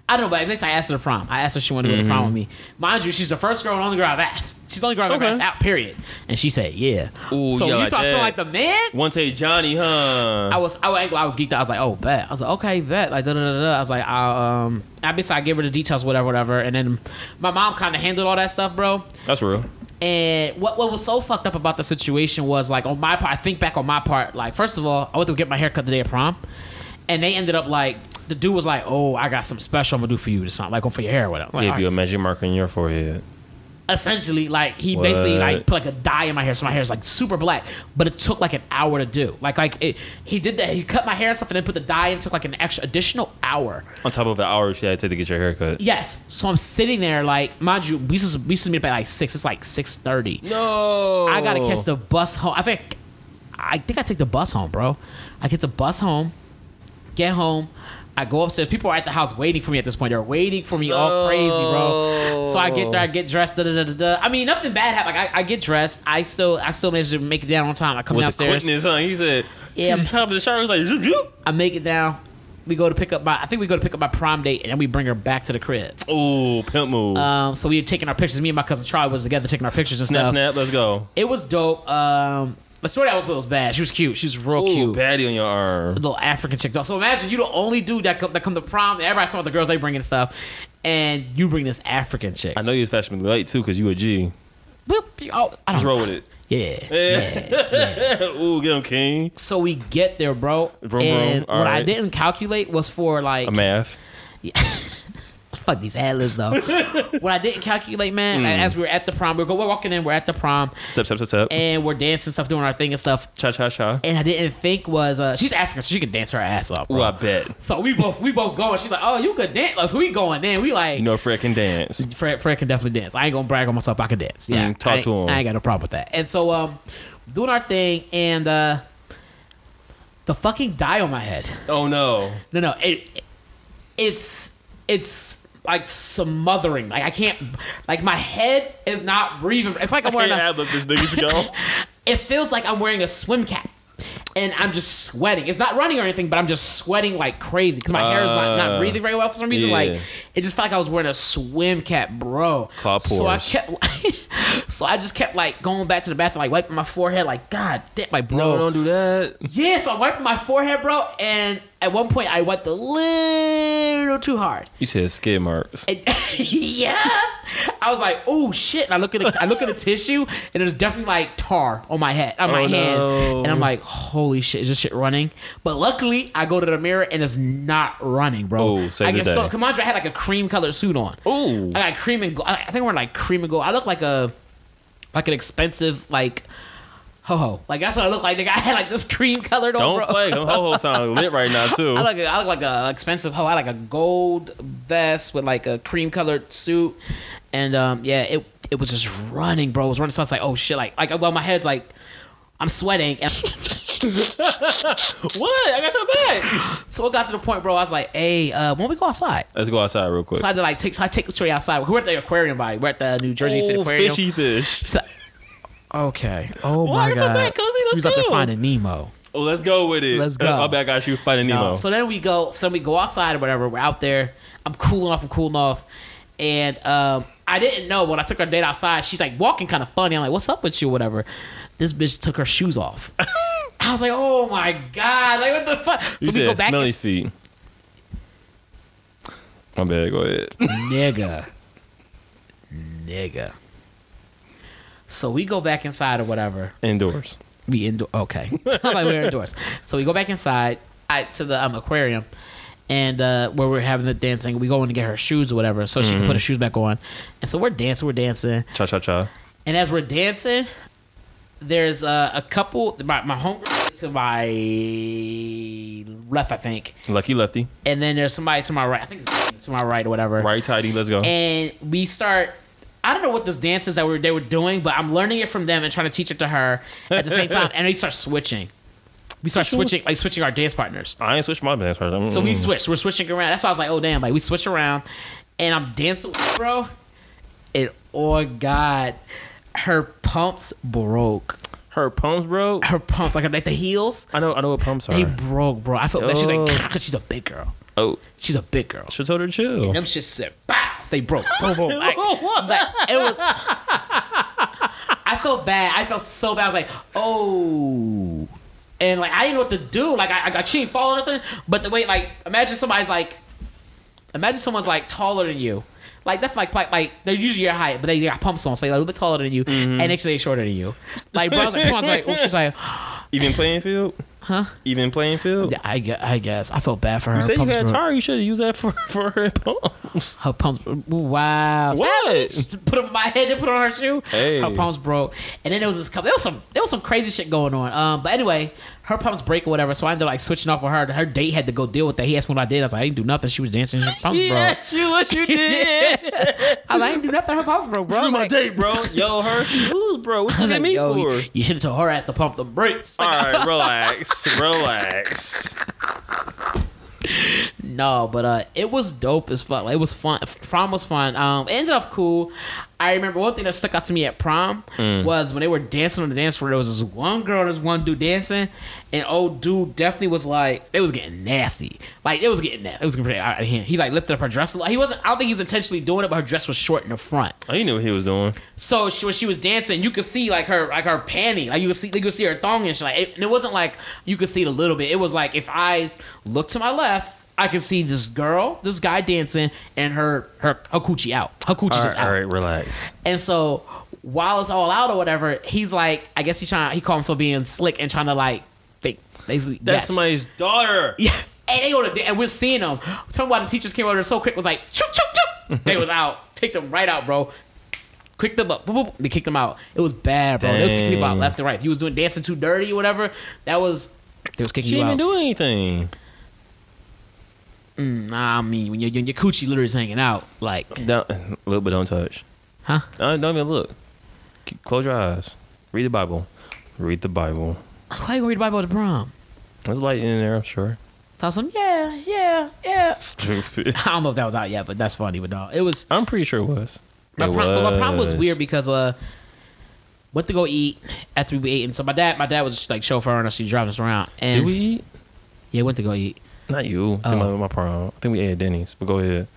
A: I don't know, but at least I asked her to prom. I asked her if she wanted to go to prom with me. Mind you, she's the first girl and only girl I've asked. She's the only girl I've ever
B: Mm-hmm. Okay.
A: asked out. Period. And she said, "Yeah."
B: Ooh,
A: so
B: yeah,
A: you
B: like
A: talk
B: that.
A: feeling like the man?
B: One take Johnny, huh?
A: I was I was, I was geeked out. I was like, oh bet. I was like, okay, bet. Like da da da. da. I was like, I um, I basically I gave her the details, whatever, whatever. And then my mom kind of handled all that stuff, bro.
B: That's real.
A: And what what was so fucked up about the situation was like on my part. I think back on my part. Like first of all, I went to get my hair cut the day of prom, and they ended up like the dude was like, "Oh, I got something special I'm gonna do for you this time, like oh, for your hair or whatever." I'm like,
B: It'd
A: "All
B: be
A: right."
B: a magic mark on your forehead.
A: Essentially, like he basically
B: What?
A: like put like a dye in my hair, so my hair is like super black. But it took like an hour to do. Like like it, he did that. He cut my hair and stuff, and then put the dye in. It took like an extra additional hour.
B: On top of the hour she had to take to get your haircut.
A: Yes. So I'm sitting there like, mind you, we used to, we used to meet up at like six. It's like six thirty.
B: No.
A: I gotta catch the bus home. I think I think I take the bus home, bro. I get the bus home, get home. I go upstairs. People are at the house waiting for me at this point. They're waiting for me, all crazy, bro. So I get there, I get dressed. Da, da, da, da, da. I mean, nothing bad happened. Like I, I get dressed. I still, I still manage to make it down on time. I come
B: With the
A: downstairs.
B: quickness, huh? He said,
A: Yeah.
B: yeah. He just hopped in the shower. He was like, zoop, zoop.
A: I make it down. we go to pick up by I think we go to pick up by prom date and then we bring her back to the crib.
B: Ooh, pimp move.
A: Um, so we were taking our pictures. Me and my cousin Charlie was together taking our pictures and
B: snap,
A: stuff.
B: snap. Let's go.
A: It was dope. Um, the story I was with was bad. She was cute. She was real
B: Ooh,
A: cute.
B: baddie on your arm.
A: Little African chick. So imagine you the only dude that come, that come to prom. And everybody's talking about the girls they bring and stuff, and you bring this African chick.
B: I know you was fashionably late too, cause you a G.
A: Boop. Oh, I
B: Just
A: don't.
B: roll with it.
A: [laughs] Yeah.
B: [laughs] Ooh, get him king.
A: So we get there, bro.
B: Vroom,
A: and
B: vroom.
A: what I
B: Alright.
A: didn't calculate was for like
B: A math.
A: fuck these ad libs
B: [laughs]
A: though. what I didn't calculate, man,
B: Hmm.
A: like, as we were at the prom, we were go- we're walking in, we're at the prom,
B: Step, step, step, step.
A: and we're dancing stuff, doing our thing and stuff.
B: Cha, cha, cha.
A: And I didn't think was uh, she's African, so she could dance her ass off. Bro.
B: Ooh, I bet.
A: So we both we both going. She's like, oh, you could dance. Like, so we going in. We like.
B: You know Fred can dance.
A: Fred, Fred can definitely dance. I ain't gonna brag on myself. I can dance. Yeah,
B: Mm, talk
A: I ain't-
B: to 'em.
A: I ain't got no problem with that. And so, um, doing our thing, and uh, the fucking dye on my head.
B: Oh no.
A: No, no, it, it's it's like smothering. Like I can't, like my head is not breathing. It's like I'm wearing.
B: Can't
A: A,
B: have let this nigga
A: [laughs]
B: go.
A: it feels like I'm wearing a swim cap, and I'm just sweating. It's not running or anything, but I'm just sweating like crazy because my hair is not, not
B: Uh,
A: breathing very well for some reason.
B: yeah.
A: Like it just felt like I was wearing a swim cap, bro.
B: Claw
A: so I
B: pores.
A: kept, so I just kept [laughs] like going back to the bathroom, like wiping my forehead, like God damn, like bro,
B: No, don't do that.
A: yeah, so I wiped my forehead, bro, and at one point I wiped a little too hard.
B: You said skid marks.
A: [laughs] And yeah, I was like, "Oh shit!" And I look at the, I look at the tissue, and there's definitely like tar on my head, on my
B: Oh,
A: hand,
B: no.
A: and I'm like, "Holy shit, is this shit running?" But luckily, I go to the mirror and it's not running, bro.
B: Oh, save
A: I
B: the
A: get so
B: day.
A: Kamandra had like a cream colored suit on.
B: Ooh.
A: I got cream and gold. I I think we're in, like cream and gold. I look like a like an expensive like ho ho. Like that's what I look like. Nigga, [laughs] I had like this cream colored on.
B: Don't
A: bro.
B: play. Them
A: [laughs]
B: ho ho sound lit right now too.
A: I look, I look like a expensive hoe. I like a gold vest with like a cream colored suit, and um, yeah, it it was just running, bro. It was running. So I was like, oh shit, like like well, my head's like, I'm sweating,
B: [laughs]
A: and
B: what? I got your back.
A: so it got to the point, bro. I was like, hey, uh, when we go outside,
B: Let's go outside real quick.
A: so I had to like take, so I take Trey outside. We're at the aquarium, by we're at the New Jersey City
B: Ooh,
A: Aquarium.
B: fishy fish.
A: So- okay. Oh
B: Why
A: my
B: is your
A: god.
B: back cozy?
A: So we
B: Let's
A: was out there
B: go.
A: finding Nemo.
B: Oh, let's go with it.
A: Let's go.
B: Uh, my back got you fighting Nemo.
A: So then we go. So then we go outside or whatever. We're out there. I'm cooling off. I'm cooling off. And um, I didn't know when I took her date outside. She's like walking kind of funny. I'm like, "What's up with you?" Whatever. This bitch took her shoes off. [laughs] I was like, "Oh my god! Like what the fuck?" So
B: you said smelly
A: and-
B: feet. My bad. Go ahead.
A: nigga, nigga. So we go back inside or whatever.
B: Indoors.
A: We indoor. Okay, [laughs] like we're indoors. So we go back inside I, to the um, aquarium, and uh, where we're having the dancing. We go in to get her shoes or whatever, so she can put her shoes back on. And so we're dancing, we're dancing,
B: Cha cha cha.
A: and as we're dancing, there's uh, a couple. My my home to my left, I think,
B: Lucky lefty.
A: and then there's somebody to my right. I think it's to my right or whatever
B: Right tidy. Let's go.
A: and we start. I don't know what this dance is that we they were doing, but I'm learning it from them and trying to teach it to her at the same time. And we start switching. We start switching, like switching our dance partners.
B: I ain't switched my Mm. dance partner.
A: So we switched. We're switching around. That's why I was like, oh damn, like we switch around, and I'm dancing, with bro. And oh god, her pumps broke.
B: her pumps, bro.
A: Her pumps, like like the heels,
B: I know. I know what pumps are.
A: they broke, bro. I felt bad. She's like,
B: Oh.
A: "God," 'cause she's a big girl.
B: oh,
A: She's a big girl.
B: she told her to chill.
A: Them shit said, "Bow." They
B: [laughs]
A: broke. Boom, boom. Like, like, it was. [laughs] I felt bad. I felt so bad. I was like, oh, and like I didn't know what to do. Like I, I, she didn't fall or nothing. But the way, like, imagine somebody's like, imagine someone's like taller than you. Like that's like like, like they're usually your height, but they got pumps on, so they're like, a little bit taller than you,
B: Mm-hmm.
A: and actually they shorter than you. Like bro, I was like, I was
B: [laughs]
A: like, oh, she's like,
B: Even playing field. Huh? Even playing field.
A: yeah, I, gue- I guess I felt bad for her.
B: You said you
A: Pumps
B: had
A: broke.
B: tire. You should have used that for [laughs] for her pumps.
A: Her pumps. Wow.
B: What?
A: put on my head and put on her shoe.
B: Hey.
A: Her pumps broke, and then there was this couple. There was some there was some crazy shit going on. Um, but anyway, her pumps break or whatever. So I ended up like switching off with her. Her date had to go deal with that. He asked me what I did. I was like, I didn't do nothing. She was dancing. Her pumps broke. [laughs]
B: you what you did.
A: I was like, I didn't do nothing. Her pumps broke, bro.
B: Through my
A: Like-
B: date, bro. Yo, her shoes, bro. What
A: I
B: you
A: was
B: get
A: like,
B: me
A: yo,
B: for?
A: you, should have told her ass to pump the brakes.
B: All right, relax, relax.
A: No, but uh, it was dope as fuck. Like, it was fun. Prom was fun. Um, it ended up cool. I remember one thing that stuck out to me at prom was when they were dancing on the dance floor. There was this one girl, and this one dude dancing, and old dude definitely was like, it was getting nasty. Like it was getting nasty. It was getting pretty out of hand. He like lifted up her dress. a lot. He wasn't. I don't think he was intentionally doing it, but her dress was short in the front.
B: Oh, you knew what he was doing.
A: So she, when she was dancing, you could see like her like her panty, like you could see like, you could see her thong and shit. Like it, and it wasn't like you could see it a little bit. It was like if I look to my left, I could see this girl, this guy dancing, and her her her coochie out, her coochie's just out.
B: relax.
A: And so while it's all out or whatever, he's like, I guess he's trying. He called himself being slick and trying to like fake basically.
B: That's
A: yes.
B: somebody's daughter.
A: Yeah. And they on the, and we're seeing them. Talking about the teachers came over there so quick was like choop choop [laughs] choop. They was out. Take them right out, bro. Quick them up. Boop, boop, boop. They kicked them out. It was bad, bro. They was kicking people out
B: Dang.
A: left and right. If you was doing dancing too dirty or whatever, that was they was kicking
B: She
A: you
B: didn't
A: out.
B: even do anything.
A: nah, I mean when your your, your coochie literally is hanging out, like
B: Don't look, but don't touch.
A: huh?
B: Don't, don't even look. C- Close your eyes. Read the Bible. Read the Bible.
A: Why you gonna read the Bible at the prom?
B: There's light in there, I'm [laughs] sure.
A: So I was like, yeah, yeah, yeah.
B: Stupid.
A: [laughs] I don't know if that was out yet, but that's funny. But dog, it was
B: I'm pretty sure it was.
A: My,
B: It
A: prom, but my prom was weird because uh, went to go eat after we ate, and so my dad, my dad was just like chauffeuring us, he was driving us around, and
B: Did we eat?
A: yeah, went to go eat.
B: Not you. I think
A: Oh.
B: My, my prom. I think we ate at Denny's. But go ahead.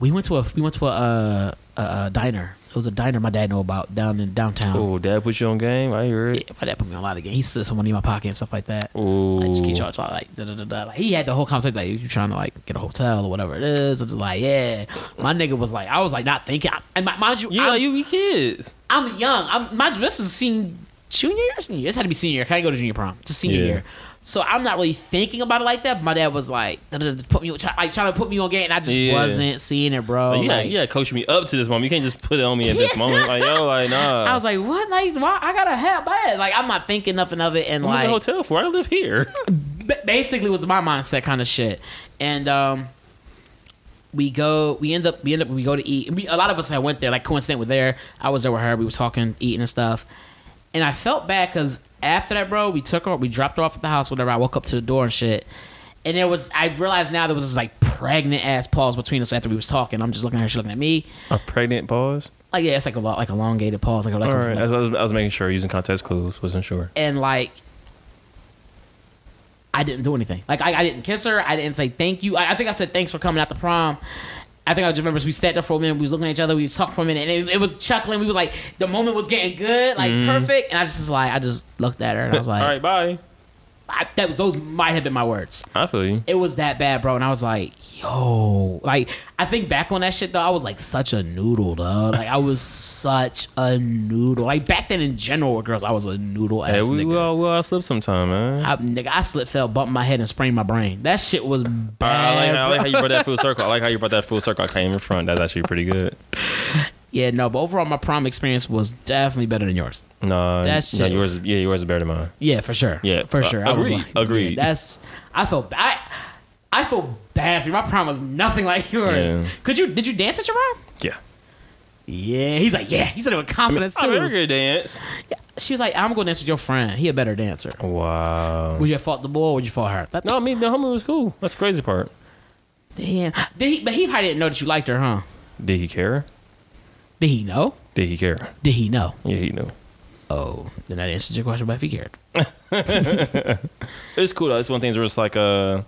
A: We went to a we went to a, uh, a, a diner. It was a diner my dad know about down in downtown.
B: Oh, Dad put you on game. I hear
A: Yeah,
B: it.
A: my dad put me on a lot of games. He slid some money in my pocket and stuff like that.
B: Oh,
A: Like, just keep y'all trying, like, da, da, da, da. Like, he had the whole conversation like you trying to like get a hotel or whatever it is. I'm just like yeah, my nigga was like I was like not thinking. I, and my, mind you,
B: yeah,
A: I'm-
B: you, you kids.
A: I'm young. I'm my this is senior junior year, or senior year. This had to be senior year. Can I go to junior prom? It's a senior
B: Yeah.
A: year. So I'm not really thinking about it like that. But my dad was like, "Duh, duh, duh, put me try, like trying to put me on game, and I just
B: Yeah.
A: wasn't seeing it, bro.
B: Oh, Like, yeah,
A: Like,
B: yeah. Coach me up to this moment. You can't just put it on me
A: [laughs]
B: at this moment. Like yo, like nah.
A: I was like, what? Like, why? I gotta have that. Like, I'm not thinking nothing of it, and
B: What am I in
A: like,
B: the hotel for? I live here.
A: ba- basically was my mindset kind of shit. And um, we go, we end up, we end up, we go to eat. And we, a lot of us had went there, like coincident with there. I was there with her. We were talking, eating and stuff. And I felt bad because after that, bro, we took her, we dropped her off at the house. Whenever I woke up to the door and shit. And there was, I realized now there was this like pregnant ass pause between us after we was talking. I'm just looking at her, she's looking at me.
B: [laughs] a pregnant pause.
A: Like yeah, it's like a lo- like elongated pause, like, a- like, a-
B: All right,
A: like
B: I was, I was making sure using context clues. Wasn't sure.
A: and like I didn't do anything. Like I, I didn't kiss her. I didn't say thank you. I, I think I said thanks for coming out the prom. I think I just remember we sat there for a minute. We was looking at each other. We was talking for a minute, and it, it was chuckling. We was like, the moment was getting good, like perfect. And I just was like, I just looked at her and I
B: [laughs]
A: was like,
B: Mm-hmm. All right, bye.
A: I, that was those might have been my words.
B: I feel you.
A: It was that bad, bro. And I was like, yo, like I think back on that shit though, I was like such a noodle, dog. Like I was such a noodle. Like back then in general, with girls, I was a noodle
B: Hey,
A: ass.
B: we,
A: nigga.
B: we all we all slip sometime, man.
A: I, nigga, I slipped, fell, bumped my head, and sprained my brain. That shit was
B: All right, I, like,
A: bad.
B: I like
A: bro.
B: how you brought
A: [laughs]
B: that full circle. I like how you brought that full circle. I came in front. That's actually pretty good.
A: yeah, no, but overall, my prom experience was definitely better than yours.
B: Nah,
A: That
B: nah,
A: shit-
B: yours. Yeah, yours is better than mine.
A: Yeah, for sure.
B: Yeah,
A: for
B: uh,
A: sure. was
B: agreed, agreed.
A: yeah, that's. I feel I, I feel bad for you. My prom was nothing like yours.
B: Yeah.
A: Could you? Did you dance at your prom?
B: Yeah.
A: Yeah, he's like, yeah. He said it with confidence
B: I'm
A: too.
B: very good at dance.
A: She was like, I'm gonna dance with your friend. He a better dancer.
B: Wow.
A: Would you have fought the boy? or Would you fought her? That,
B: No, I mean the homie was cool. That's the crazy part.
A: Damn. Did he, but he probably didn't know that you liked her, huh?
B: Did he care?
A: Did he know?
B: Did he care?
A: Did he know?
B: Yeah, he knew.
A: Oh, then that answers your question. But if he cared,
B: It's cool though. It's one of the things where it's like, uh,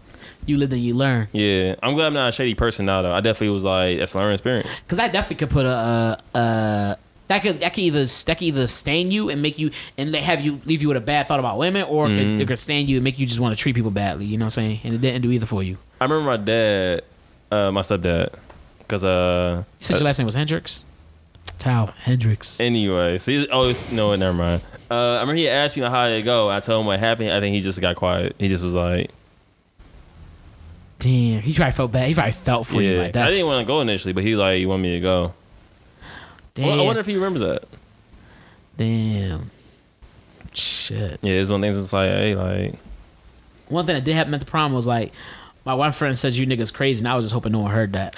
A: you live and you learn.
B: yeah. I'm glad I'm not a shady person now though. I definitely was like, that's a learning experience.
A: Because I definitely could put a, uh uh that could that could either that could either stain you and make you and they have you leave you with a bad thought about women, or it
B: Mm-hmm.
A: could- it, could, stain you and make you just want to treat people badly. You know what I'm saying? And it didn't do either for you. You
B: I remember my dad, uh, my stepdad, because uh,
A: said your last name was Hendrix. Tao Hendrix.
B: anyway, so he, oh it's, no, never mind. Uh, I remember he asked me how it go. I told him what happened. I think he just got quiet. He just was like,
A: Damn, he probably felt bad. He probably felt for you.
B: yeah.
A: Like,
B: I
A: that's,
B: didn't want to go initially, but he like, you want me to go?
A: damn,
B: Well, I wonder if he remembers that.
A: damn. Shit.
B: Yeah, it's one of the things. It's like, hey, like,
A: One thing that did happen at the prom was like. My one friend said you niggas crazy, and I was just hoping no one heard
B: [laughs]
A: that.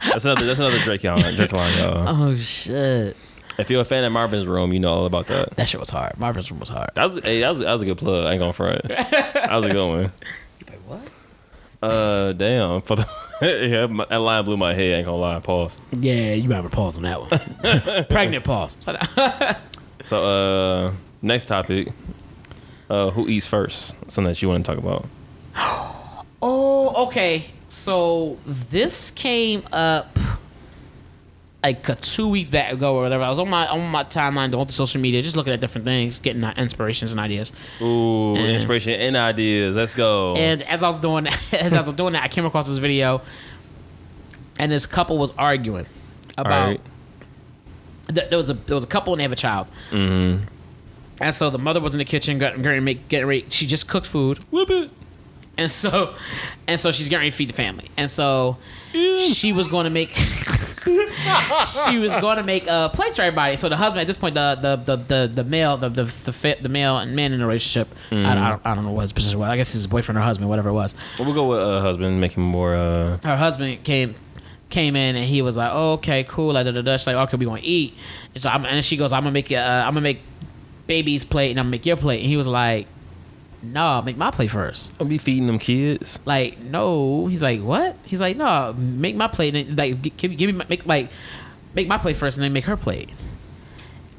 B: that's another that's another Drake line. Drake line. y'all.
A: Oh shit!
B: If you're a fan of Marvin's Room, you know all about that.
A: That shit was hard. Marvin's room was hard.
B: That was, hey, that was, that was a good plug. I ain't gonna front. That was a good [laughs] one.
A: Like, what?
B: Uh, damn. For the, [laughs] yeah, my, that line blew my head. Ain't gonna lie. Pause.
A: Yeah, you might have to pause on that one. [laughs] Pregnant pause. So that-
B: So, uh, next topic. Uh, who eats first? Something that you want to talk about.
A: Oh, okay. So this came up like a two weeks back ago or whatever. I was on my on my timeline, going through social media, just looking at different things, getting uh, inspirations and ideas.
B: Ooh,
A: Mm.
B: inspiration and ideas. Let's go.
A: And as I was doing [laughs] as I was doing that, I came across this video, and this couple was arguing
B: All
A: about
B: right.
A: th- there was a there was a couple and they have a child. Mm-hmm. And so the mother was in the kitchen getting getting ready, to make- getting ready. She just cooked food,
B: Whoop it.
A: [laughs] and so and so she's getting ready to feed the family. And so she was going to make [laughs] she was going to make uh, plates for everybody. So the husband at this point, the the the the, the male the the the, fa- the male and man in the relationship. I, I, don't, I don't know what his position was. I guess his boyfriend or husband, whatever it was.
B: We'll go with uh, husband, make him more. Uh,
A: her husband came came in and he was like, oh, "Okay, cool." Like, da, da, da. She's like, "Okay, we gonna eat." And, so I'm, and she goes, "I'm gonna make you, uh, I'm gonna make baby's plate and I'm gonna make your plate." And he was like, "No, make my plate first.
B: I'll be feeding them kids.
A: Like, no. He's like, "What?" He's like, "No, make my plate and like gi- give, give me my, make like make my plate first and then make her plate."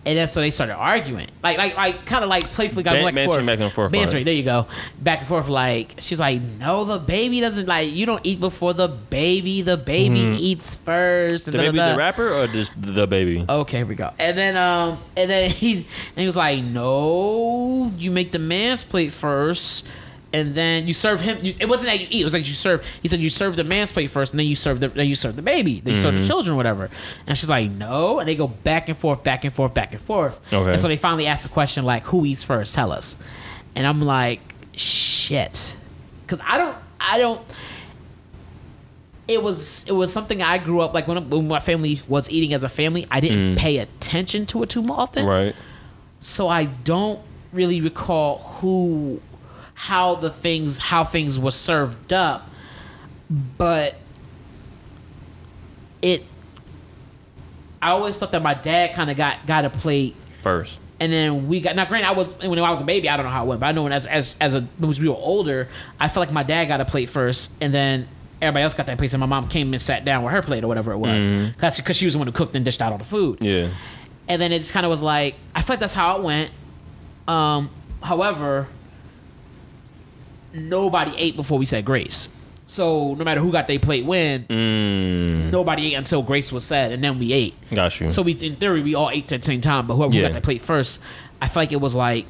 A: And that's so they started arguing, like like like kind of like playfully got
B: Ban-
A: back and
B: bantering
A: forth,
B: back and forth,
A: Bantering,
B: right.
A: There you go, back and forth. Like she's like, no, the baby doesn't like you don't eat before the baby. The baby eats first. and
B: Mm-hmm. The baby,
A: da-da-da.
B: the rapper, or just the baby?
A: Okay, here we go. Mm-hmm. And then um and then he and he was like, No, you make the man's plate first and then you serve him you, it wasn't that you eat, it was like you serve he said you serve the man's plate first and then you serve the then you serve the baby, then you serve the children, whatever. And she's like, No and they go back and forth, back and forth, back and forth.
B: Okay.
A: And so they finally ask the question like, Who eats first? Tell us. And I'm like, shit. Cause I don't I don't it was it was something I grew up like when, when my family was eating as a family. I didn't pay attention to it too often,
B: Right.
A: so I don't really recall who, how the things how things were served up, but it. I always thought that my dad kind of got got a plate
B: First.
A: and then we got now. Granted, I was when I was a baby, I don't know how it went, but I know when as as as a when we were older, I felt like my dad got a plate first, and then everybody else got that plate, and my mom came and sat down with her plate or whatever it was, because she was the one who cooked and dished out all the food.
B: Mm-hmm. Yeah.
A: And then it just kind of was like I felt like that's how it went. Um, however, nobody ate before we said grace, so no matter who got their plate when,
B: Mm,
A: nobody ate until grace was said, and then we ate.
B: got you.
A: So
B: So,
A: we, in theory, we all ate at the same time. But whoever
B: Yeah.
A: got that plate first, I feel like it was like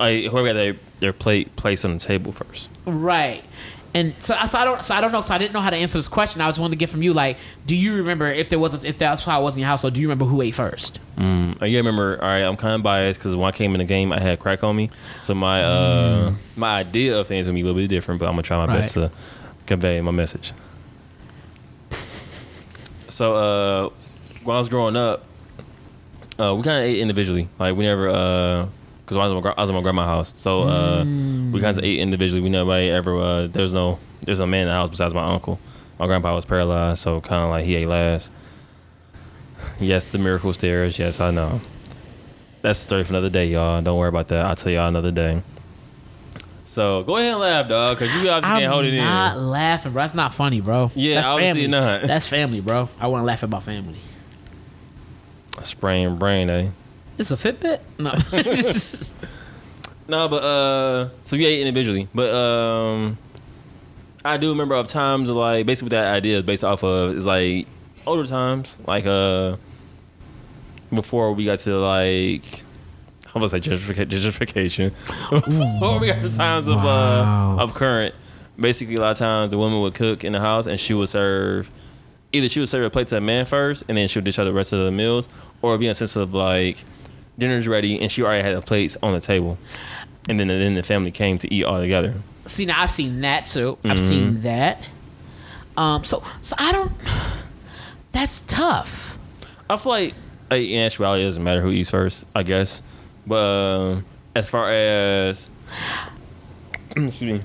B: I, whoever got their, their plate placed on the table first.
A: right. And so, I- so I don't, so I don't know. So I didn't know how to answer this question. I just wanted to get from you, like, do you remember if there was, if that's how it was in your household? Do you remember who ate first?
B: Mm, you remember? All right, I'm kind of biased because when I came in the game, I had crack on me, so my uh, my idea of things would be a little bit different. But I'm gonna try my best
A: Right.
B: to convey my message. So uh, when I was growing up, uh, we kind of ate individually. Like we never, because I, was at my gra- I was at my grandma's house, so uh, we kind of ate individually. We nobody ever. Uh, there's no there's no man in the house besides my uncle. My grandpa was paralyzed, so kind of like he ate last. Yes, the miracle stairs. Yes, I know. That's the story for another day, y'all. Don't worry about that. I'll tell y'all another day. So go ahead and laugh, dog, because you obviously can't hold it
A: not
B: in.
A: laughing, bro. That's not funny, bro.
B: Yeah,
A: That's
B: obviously
A: family.
B: not. [laughs]
A: That's family, bro. I want to laugh at my family.
B: Sprain brain, eh?
A: It's a Fitbit. No, [laughs]
B: No, but uh, so we ate individually, but um, I do remember of times like basically what that idea is based off of is like older times, like uh, before we got to like. I was like gentrifica- gentrification. [laughs] Before we got to times of
A: Wow.
B: uh, of current, basically a lot of times the woman would cook in the house and she would serve either she would serve a plate to the man first and then she would dish out the rest of the meals, or it'd be in a sense of like dinner's ready and she already had the plates on the table. And then, then the family came to eat all together.
A: see now I've seen that too. I've
B: Mm-hmm.
A: seen that. Um, so so I don't. [sighs] That's tough.
B: I feel like, like in actuality, it doesn't matter who eats first, I guess. But um, as far as [clears throat] excuse me,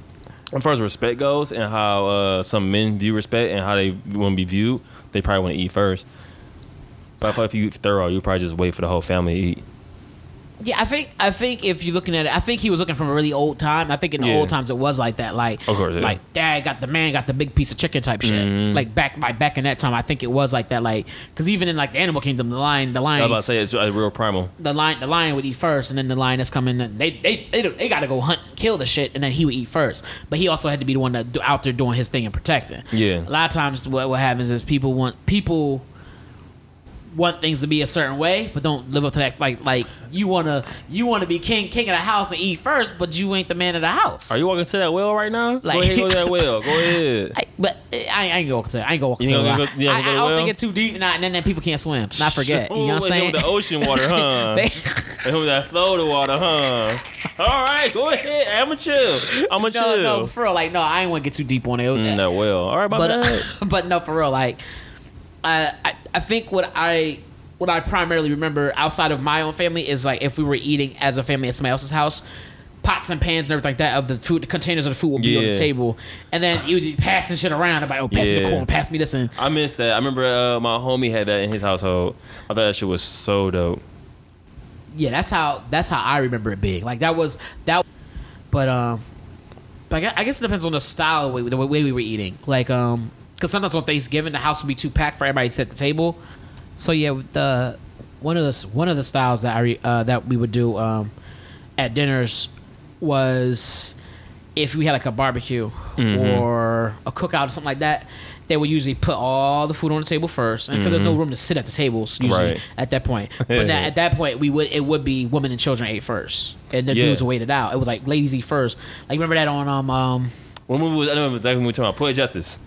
B: as far as respect goes, and how uh, some men view respect and how they want to be viewed, they probably want to eat first. But I feel like if you eat thorough, you probably just wait for the whole family to eat.
A: Yeah, I think I think if you're looking at it, I think he was looking from a really old time. I think in the
B: Yeah.
A: old times it was like that, like
B: Of course, yeah. Mm-hmm.
A: like dad got the man got the big piece of chicken type shit. Like back like back in that time, I think it was like that, like because even in like the Animal Kingdom, the lion, the
B: I was
A: lion,
B: about to say it's a real primal.
A: the lion, the lion would eat first, and then the lion that's coming, and they they they, they got to go hunt, and kill the shit, and then he would eat first. But he also had to be the one that do, out there doing his thing and protecting. a
B: Yeah.
A: lot of times what what happens is people want people want things to be a certain way, but don't live up to that. Like like you wanna you wanna be king king of the house and eat first, but you ain't the man of the house.
B: Are you walking to that well right now? go
A: Like-
B: ahead, go to that well. Go ahead.
A: I, but uh, I, I ain't gonna walk to. I ain't gonna walk to.
B: You ain't gonna go- you ain't
A: I, I
B: gonna go to
A: don't
B: the
A: think
B: well?
A: it's too deep, nah, and then, then people can't swim. Not forget.
B: Ooh,
A: you know what I'm
B: they
A: saying?
B: With the ocean water, huh?
A: They- [laughs]
B: They with that Florida water, huh? All right, go ahead. I'm gonna chill. I'm
A: [laughs]
B: gonna
A: no,
B: chill.
A: no, for real. Like no, I ain't want to get too deep on it. It was
B: Mm, that well. All right, my
A: but uh,
B: bad.
A: [laughs] but no, for real, like I, I I think what I what I primarily remember outside of my own family is like if we were eating as a family at somebody else's house, pots and pans and everything like that of the food, the containers of the food would be on the
B: Yeah.
A: table, and then you would be passing shit around about oh pass me the
B: Yeah.
A: corn, pass me this, and
B: I missed that. I remember uh, my homie had that in his household. I thought that shit was so dope.
A: yeah, that's how that's how I remember it being. Like that was that, but um, but I gue- I guess it depends on the style way the way we were eating. Like um, because sometimes on Thanksgiving the house would be too packed for everybody to sit at the table. So yeah, with the one of the one of the styles that I re, uh, that we would do um at dinners was if we had like a barbecue or a cookout or something like that. They would usually put all the food on the table first, and because there's no room to sit at the tables usually
B: Right.
A: at that point. But now, at that point, we would it would be women and children ate first, and the
B: Yeah.
A: dudes waited out. It was like ladies eat first. Like remember that on um um
B: What movie was I know exactly what we talking about? Poet Justice.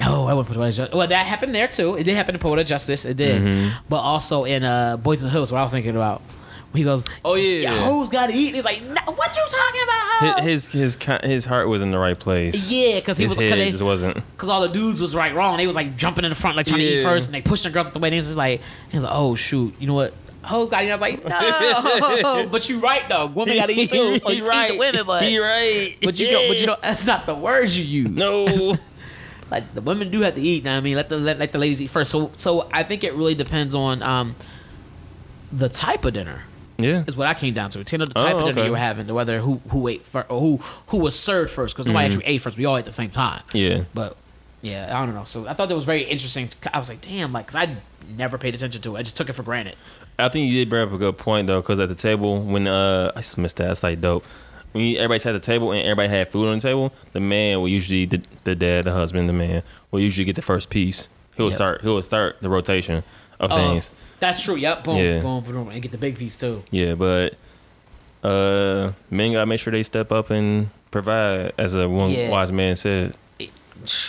A: no, I wouldn't put Poet Justice. Well, that happened there too. It did happen in Poet of Justice. It did,
B: Mm-hmm.
A: but also in uh Boys in the Hood was what I was thinking about. When he goes,
B: Oh yeah.
A: "Yeah, hoes got to eat." He's like, no, "What you talking about?" Hoes?
B: his his his con- his heart was in the right place.
A: yeah, because he
B: his
A: was
B: head
A: because
B: just
A: [laughs]
B: wasn't.
A: because all the dudes was right wrong. They was like jumping in the front, like trying to eat
B: Yeah.
A: first, and they pushed the girl out the way. And he was just like, he was like, oh shoot, you know what? Hoes got it. I was like,
B: [laughs]
A: no, [laughs] but you right though. Women got to eat too. So
B: He
A: you right. the women, but
B: He right.
A: but you don't. But you don't. That's not the words you use.
B: [laughs] No.
A: [laughs] like the women do have to eat. know what I mean, let the let, let the ladies eat first. So so I think it really depends on um the type of dinner
B: yeah.
A: is what I came down to. Ten of the type
B: Oh,
A: of dinner
B: okay.
A: you were having, whether who who ate first or who who was served first, because nobody actually ate first. We all ate at the same time.
B: Mm-hmm. Yeah.
A: But yeah, I don't know. So I thought that was very interesting. I was like, damn, like, cause I never paid attention to it. I just took it for granted.
B: I think you did bring up a good point though, because at the table when uh I just missed that. It's like dope. When you, everybody's at the table and everybody had food on the table, the man will usually the, the dad, the husband, the man will usually get the first piece. He'll
A: Yep.
B: start. He'll start the rotation of
A: Oh,
B: things.
A: that's true. Yep. Boom,
B: Yeah.
A: boom, boom, and get the big piece too.
B: Yeah, but uh, men gotta make sure they step up and provide, as a one
A: Yeah.
B: wise man said.
A: It,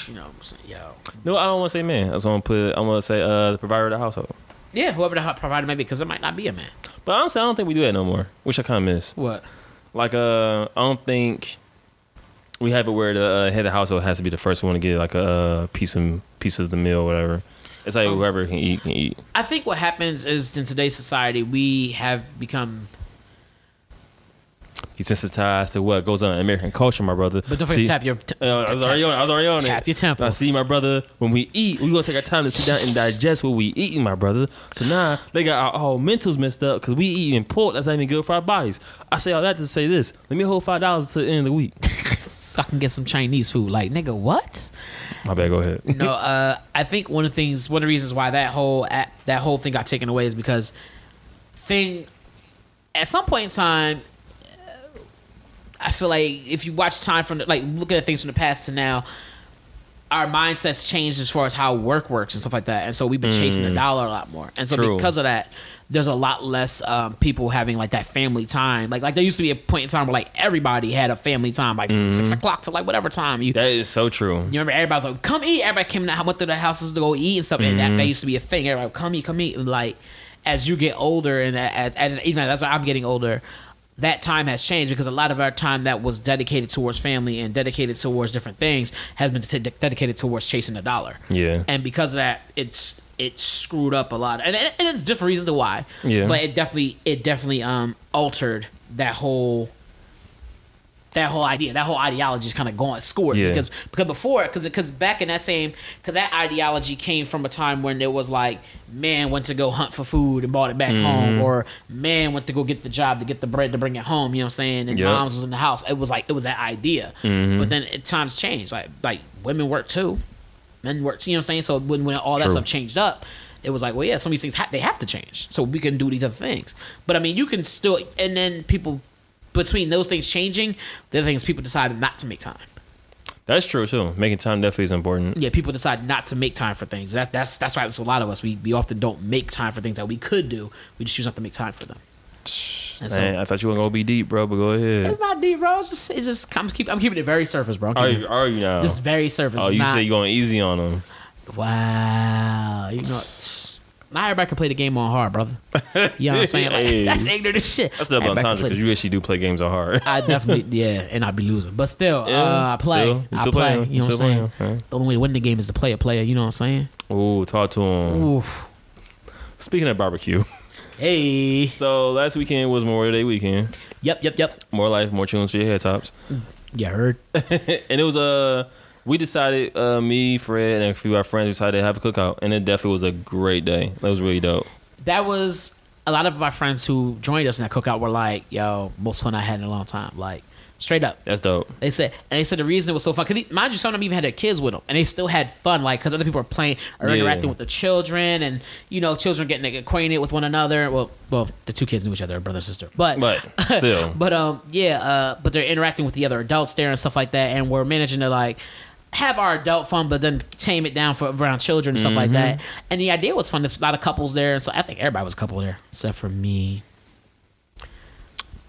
A: you know, what I'm saying, yo.
B: No, I don't want to say man. I just want to put. I want to say uh, the provider of the household.
A: Yeah, whoever the hot provider may be, because it might not be a man.
B: But honestly, I don't think we do that no more, which I kind of miss.
A: What?
B: Like, uh, I don't think we have it where the uh, head of the household has to be the first one to get like a uh, piece of piece of the meal, or whatever. It's like
A: Um,
B: whoever can eat can eat.
A: I think what happens is in today's society, we have become.
B: He's sensitized to what goes on in American culture, my brother.
A: But don't forget
B: See?
A: to tap your. T-
B: Uh, I was already on. it. I was already on it.
A: Tap your temples.
B: I see, my brother. When we eat, we gonna take our time to sit down and digest what we eating, my brother. So now they got our whole mentals messed up because we eating pork that's not even good for our bodies. I say all that to say this. Let me hold five dollars to the end of the week.
A: so I can get some Chinese food. Like, nigga, what?
B: My bad. Go ahead.
A: [laughs] no, uh, I think one of the things, one of the reasons why that whole a- that whole thing got taken away is because thing at some point in time, uh, I feel like if you watch time from the, like looking at things from the past to now, our mindsets changed as far as how work works and stuff like that, and so we've been chasing the dollar a lot more, and so
B: True.
A: because of that. There's a lot less um, people having like that family time. Like like there used to be a point in time where like everybody had a family time, like from six o'clock to like whatever time you
B: That is so true.
A: you remember everybody was like, "Come eat!" Everybody came out, went through the houses to go eat and stuff. And that, that
B: Mm-hmm.
A: used to be a thing. Everybody, would, come eat, come eat. And like, as you get older, and uh, as, and even that's why I'm getting older, that time has changed because a lot of our time that was dedicated towards family and dedicated towards different things has been t- dedicated towards chasing the dollar.
B: Yeah.
A: And because of that, it's it's screwed up a lot, and, and it's different reasons to why.
B: Yeah.
A: But it definitely it definitely um altered that whole that whole idea, that whole ideology is kind of gone scored
B: Yeah.
A: because because before because because back in that same because that ideology came from a time when it was like man went to go hunt for food and brought it back home or man went to go get the job to get the bread to bring it home you know what I'm saying and
B: Yep.
A: moms was in the house it was like it was that idea but then it, times changed like like women work too men work too, you know what I'm saying so when when all that
B: True.
A: stuff changed up it was like well yeah some of these things ha- they have to change so we can do these other things but I mean you can still and then people between those things changing the other things people decided not to make time.
B: That's true too. Making time definitely is important.
A: yeah, people decide not to make time for things. That's that's that's why happens to a lot of us. We we often don't make time for things that we could do. We just choose not to make time for them. And so-
B: Man, I thought you were gonna be deep, bro, but go ahead.
A: It's not deep, bro. It's just it's just I'm keep I'm keeping it very surface, bro. I'm
B: Are
A: keeping
B: Oh, you, are you now?
A: this is very surface.
B: oh,
A: It's
B: you
A: not,
B: say you going easy on them.
A: wow. You know, not everybody can play the game on hard, brother. You know what I'm saying? Like,
B: Hey.
A: That's ignorant as shit.
B: That's the
A: Everybody can
B: entendre
A: play the-
B: because you actually do play games
A: [laughs]
B: on hard.
A: I definitely yeah, and I'd be losing. But still,
B: Yeah,
A: uh, I play.
B: still. You
A: I
B: still
A: play.
B: playing.
A: You know
B: You
A: what I'm
B: still
A: saying?
B: playing, yeah.
A: The only way to win the game is to play a player. You know what I'm saying?
B: Ooh, talk to him.
A: Ooh,
B: Speaking of barbecue, [laughs]
A: hey,
B: so last weekend was Memorial Day weekend.
A: yep, yep, yep.
B: More life, more tunes for your head tops.
A: You
B: [laughs]
A: heard?
B: and it was Uh, we decided, uh, me, Fred, and a few of our friends decided to have a cookout, and it definitely was a great day. That was really dope.
A: that was a lot of my friends who joined us in that cookout were like, "Yo, most fun I had in a long time." Like, straight up,
B: That's dope.
A: they said, and they said the reason it was so fun. Cause they- mind you, some of them even had their kids with them, and they still had fun. Like, cause other people are playing or
B: Yeah.
A: interacting with the children, and you know, children getting acquainted with one another. Well, well, the two kids knew each other, brother and sister, but
B: But
A: [laughs]
B: still.
A: but um, yeah, uh, but they're interacting with the other adults there and stuff like that, and we're managing to like have our adult fun, but then tame it down for around children and stuff
B: Mm-hmm.
A: like that. And the idea was fun. There's a lot of couples there, and so I think everybody was a couple there except for me.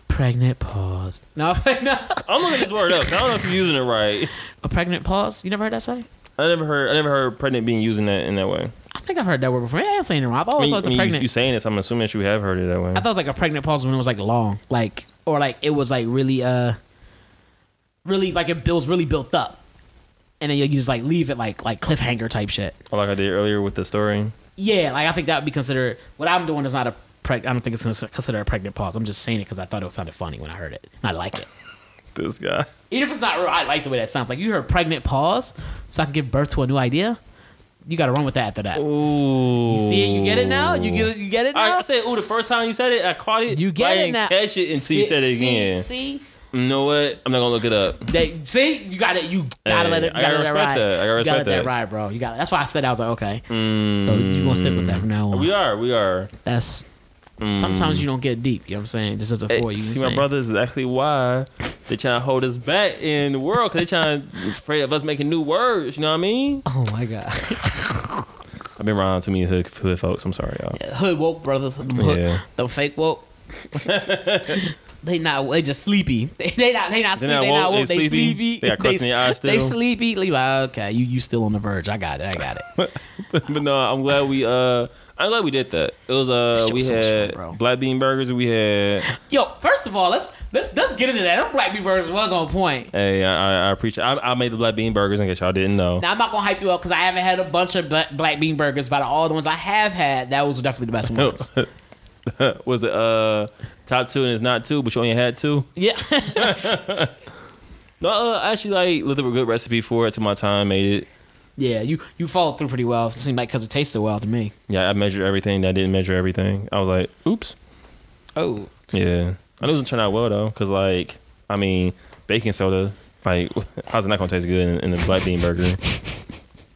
A: Pregnant pause. [laughs] No, no.
B: I'm looking this word up. I don't know if you're using it right.
A: A pregnant pause. You never heard that say?
B: [laughs] I never heard. I never heard pregnant being used in that in that way.
A: I think I've heard that word before. Yeah, I ain't saying it wrong. I've
B: I
A: always
B: mean,
A: thought it's
B: I
A: a
B: mean, you,
A: pregnant.
B: you saying it, so I'm assuming that you have heard it that way.
A: I thought it was like a pregnant pause when it was like long, like or like it was like really, uh, really like it builds really built up, and then you just like leave it like like cliffhanger type shit.
B: Or like I did earlier with the story.
A: Yeah, like I think that would be considered. What I'm doing is not a preg. I don't think it's cons- considered a pregnant pause. I'm just saying it because I thought it sounded funny when I heard it. And I like
B: [laughs]
A: it,
B: This guy.
A: even if it's not real. I like the way that sounds. Like you heard pregnant pause, so I can give birth to a new idea. You got to run with that after that.
B: Ooh.
A: You see it? You get it now? You get you get it
B: I,
A: now?
B: I said ooh the first time you said it. I caught it.
A: you
B: but
A: get
B: I
A: it
B: didn't
A: now?
B: catch it until
A: See-
B: you said it
A: see-
B: again.
A: See.
B: You know what? I'm not gonna look it up.
A: They see you got to You gotta
B: Hey,
A: let it. You gotta
B: I gotta
A: let that
B: respect
A: ride.
B: that. I gotta
A: you gotta
B: respect
A: let that
B: that.
A: ride, bro. You got. That's why I said I was like, okay. So you gonna stick with that from now on?
B: Mm. We are. We are.
A: That's. Sometimes you don't get deep. You know what I'm saying? This doesn't
B: Hey,
A: for you.
B: Eh, see,
A: you know what
B: my
A: I'm
B: brothers is actually why they trying to hold us back in the world because they trying to afraid of us making new words. You know what
A: [laughs]
B: I mean?
A: saying? Oh my god.
B: I've been around too many hood, hood folks. I'm sorry, y'all.
A: Hood woke brothers. Them hood-
B: Yeah.
A: them fake
B: [laughs]
A: woke. they not. They just sleepy. [laughs] They, they not. They not
B: They
A: sleepy.
B: not
A: They not
B: woke,
A: woke. [laughs]
B: they
A: They
B: sleepy.
A: sleepy.
B: They got crust in their eyes
A: They
B: still.
A: sleepy. Leave. Like, okay, you you still on the verge. I got it. I got it.
B: [laughs] but no, I'm glad we uh, I'm glad we did that. It was
A: That
B: uh,
A: shit
B: we
A: was so much
B: had
A: fun, bro.
B: black bean burgers. We had
A: Yo, first of all, let's let's let's get into that. Them black people burgers was on point.
B: hey, I I, I appreciate. I, I made the black bean burgers in case y'all didn't know.
A: Now I'm not gonna hype you up because I haven't had a bunch of black, black bean burgers, but out of all the ones I have had, that was definitely the best
B: Oh.
A: ones.
B: [laughs] was it uh top two and it's not two, but you only had two?
A: yeah, [laughs]
B: No, uh, I actually like looked up a good recipe for it. To my time, made it.
A: yeah. You you followed through pretty well. It seemed like because it tasted well to me.
B: Yeah, I measured everything. I didn't measure everything. I was like, oops.
A: Oh,
B: Yeah, I know it doesn't turn out well though, because like I mean, baking soda. Like, [laughs] how's it not gonna taste good in, in a black bean burger?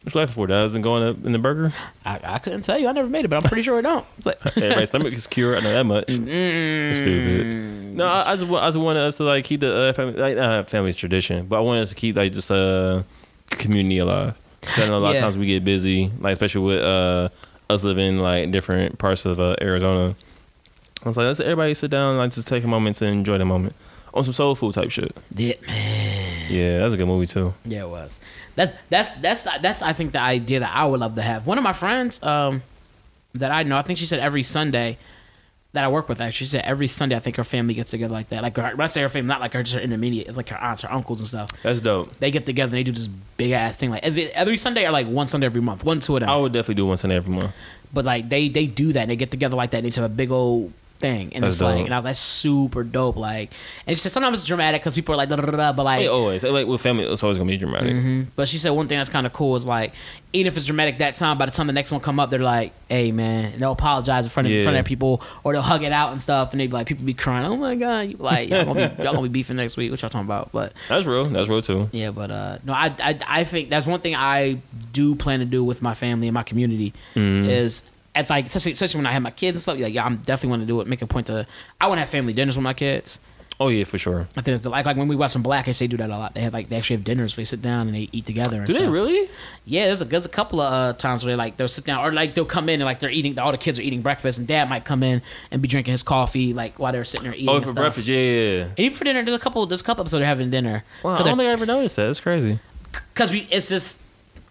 B: Which life for doesn't go in the, in the burger?
A: I, I couldn't tell you. I never made it, but I'm pretty sure it don't. It's like, [laughs]
B: Everybody's stomach is cured. I know that much.
A: Mm.
B: That's Stupid. No, I, I just wa- I just wanted us to like keep the uh, family like uh, family tradition, but I wanted us to keep like just uh community alive. 'Cause I know a lot
A: Yeah.
B: of times we get busy, like especially with uh us living like in different parts of uh, Arizona. I was like, let's everybody sit down, and, like just take a moment to enjoy the moment on some soul food type shit.
A: yeah,
B: Yeah, that's a good movie too.
A: Yeah, it was. That's that's that's that's I think the idea that I would love to have. One of my friends, um, that I know, I think she said every Sunday that I work with, actually, she said every Sunday I think her family gets together like that. Like her, when I say her family, not like her, just her intermediate, it's like her aunts, her uncles, and stuff.
B: That's dope.
A: They get together and they do this big ass thing. Like is it every Sunday or like one Sunday every month,
B: Oh.
A: one two of them.
B: I would definitely do one Sunday every month.
A: But like they they do that and they get together like that. and They just have a big old thing, and
B: That's
A: it's like,
B: dope.
A: and I was like, super dope. Like, and she said sometimes it's dramatic because people are like, da, da, da, da, but like,
B: It always like with family, it's always gonna be dramatic.
A: but she said one thing that's kind of cool is like, even if it's dramatic that time, by the time the next one come up, they're like, "Hey man," and they'll apologize in front of in front
B: Yeah.
A: of their people, or they'll hug it out and stuff, and they be like, people be crying, "Oh my god," you like y'all gonna
B: [laughs]
A: be, y'all gonna be beefing next week? What y'all talking about? But
B: That's real. That's real too.
A: yeah, but uh, no, I, I I think that's one thing I do plan to do with my family and my community
B: Mm-hmm.
A: is it's like especially, especially when I have my kids and stuff. Like yeah, I'm definitely want to do it. Make a point to I want to have family dinners with my kids.
B: Oh yeah, for sure.
A: I think it's like like when we watch some Blackish, they do that a lot. They have like they actually have dinners. Where they sit down and they eat together. And
B: Do they
A: stuff.
B: really?
A: Yeah, there's a there's a couple of uh, times where they like they'll sit down or like they'll come in and like they're eating. All the kids are eating breakfast and dad might come in and be drinking his coffee like while they're sitting there eating.
B: Oh,
A: and
B: for
A: stuff.
B: breakfast. Yeah, yeah. yeah.
A: And even for dinner, there's a couple there's a couple episodes they're having dinner.
B: Wow, I
A: 'Cause
B: don't
A: they're-
B: think I ever noticed that. That's crazy.
A: because we it's just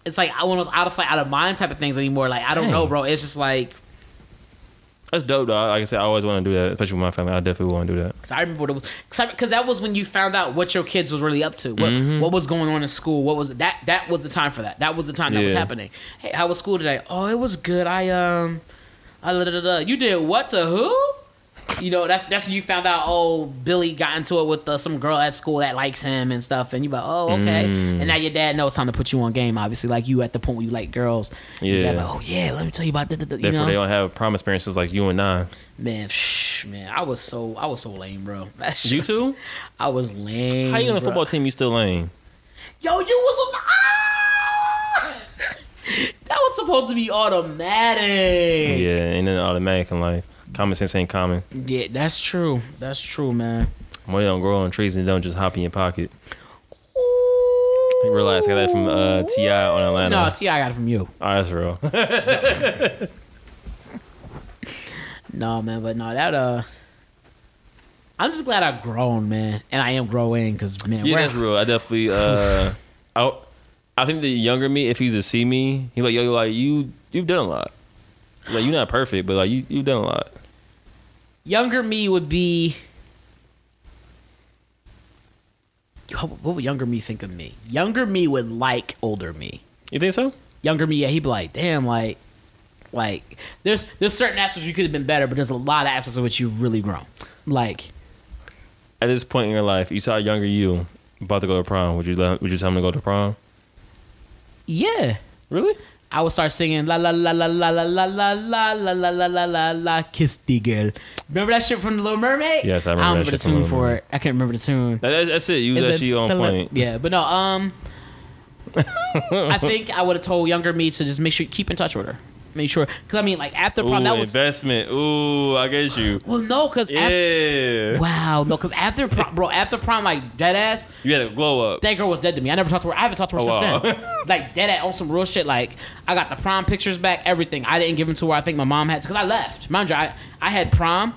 A: it's like I was out of sight, out of mind type of things anymore. Like I don't
B: Dang.
A: know, bro. It's just like
B: That's dope, though. Like I said, I always want to do that, especially with my family. I definitely want to do that.
A: because I remember what it was because that was when you found out what your kids was really up to, what
B: Mm-hmm.
A: what was going on in school, what was that that was the time for that. That was the time that was
B: Yeah.
A: happening. Hey, how was school today? Oh, it was good. I um, I da, da, da, da. you did what to who? You know, that's that's when you found out. Oh, Billy got into it with uh, some girl at school that likes him and stuff, and you like, oh, okay.
B: Mm.
A: And now your dad knows it's time to put you on game. Obviously, like you at the point where you like girls. Your
B: Yeah.
A: dad like, oh yeah, let me tell you about that. You
B: Therefore,
A: know,
B: they don't have prime experiences like you and I.
A: Man, psh, man, I was so I was so lame, bro. That shit [laughs]
B: You
A: was-
B: too?
A: I was lame.
B: How you on a
A: bro.
B: football team? You still lame?
A: Yo, you was on. Ah! [laughs] that was supposed to be automatic.
B: Yeah, and then automatic in life. Common sense ain't common.
A: Yeah, that's true. That's true, man.
B: Money don't grow on trees and don't just hop in your pocket.
A: Ooh.
B: You realize I got that from uh, Ti on Atlanta.
A: No, T, I got it from you.
B: Oh,
A: [laughs]
B: that's real.
A: No, man, but no, that uh. I'm just glad I've grown, man, and I am growing because man,
B: yeah,
A: we're-
B: that's real. I
A: [laughs]
B: definitely. Uh, I, I think the younger me, if he's to see me, he like yo, like you, you've done a lot. Like you're not perfect, but like you, you've done a lot.
A: younger me would be Yo, what would younger me think of me younger me would like older me
B: You think so?
A: younger me yeah he'd be like damn like like there's there's certain aspects you could have been better but there's a lot of aspects of which you've really grown like
B: At this point in your life, you saw a younger you about to go to prom. Would you let, would you tell him to go to prom?
A: yeah
B: Really?
A: I would start singing la la la la la la la la la la la la la la la kiss the girl. Remember that shit from The Little Mermaid?
B: Yes, I remember
A: I don't
B: that
A: remember
B: shit
A: the
B: from
A: tune
B: Little
A: for
B: Mermaid.
A: it. I can't remember the tune.
B: That- that- that's it. You was
A: Is it
B: actually on
A: the le-
B: point.
A: Yeah, but no, um,
B: [laughs]
A: I think I would have told younger me to just make sure keep in touch with her. Make sure, because I mean, like after prom,
B: Ooh,
A: that was
B: investment. Ooh, I get you.
A: well, no, because
B: Yeah.
A: wow, no, because after prom, bro, after prom, like dead ass,
B: You had a glow up.
A: that girl was dead to me. I never talked to her. I haven't talked to her
B: Oh,
A: since
B: wow. [laughs]
A: then. like dead at on some real shit. Like I got the prom pictures back, everything. I didn't give them to her. I think my mom had because I left. Mind you, I, I had prom.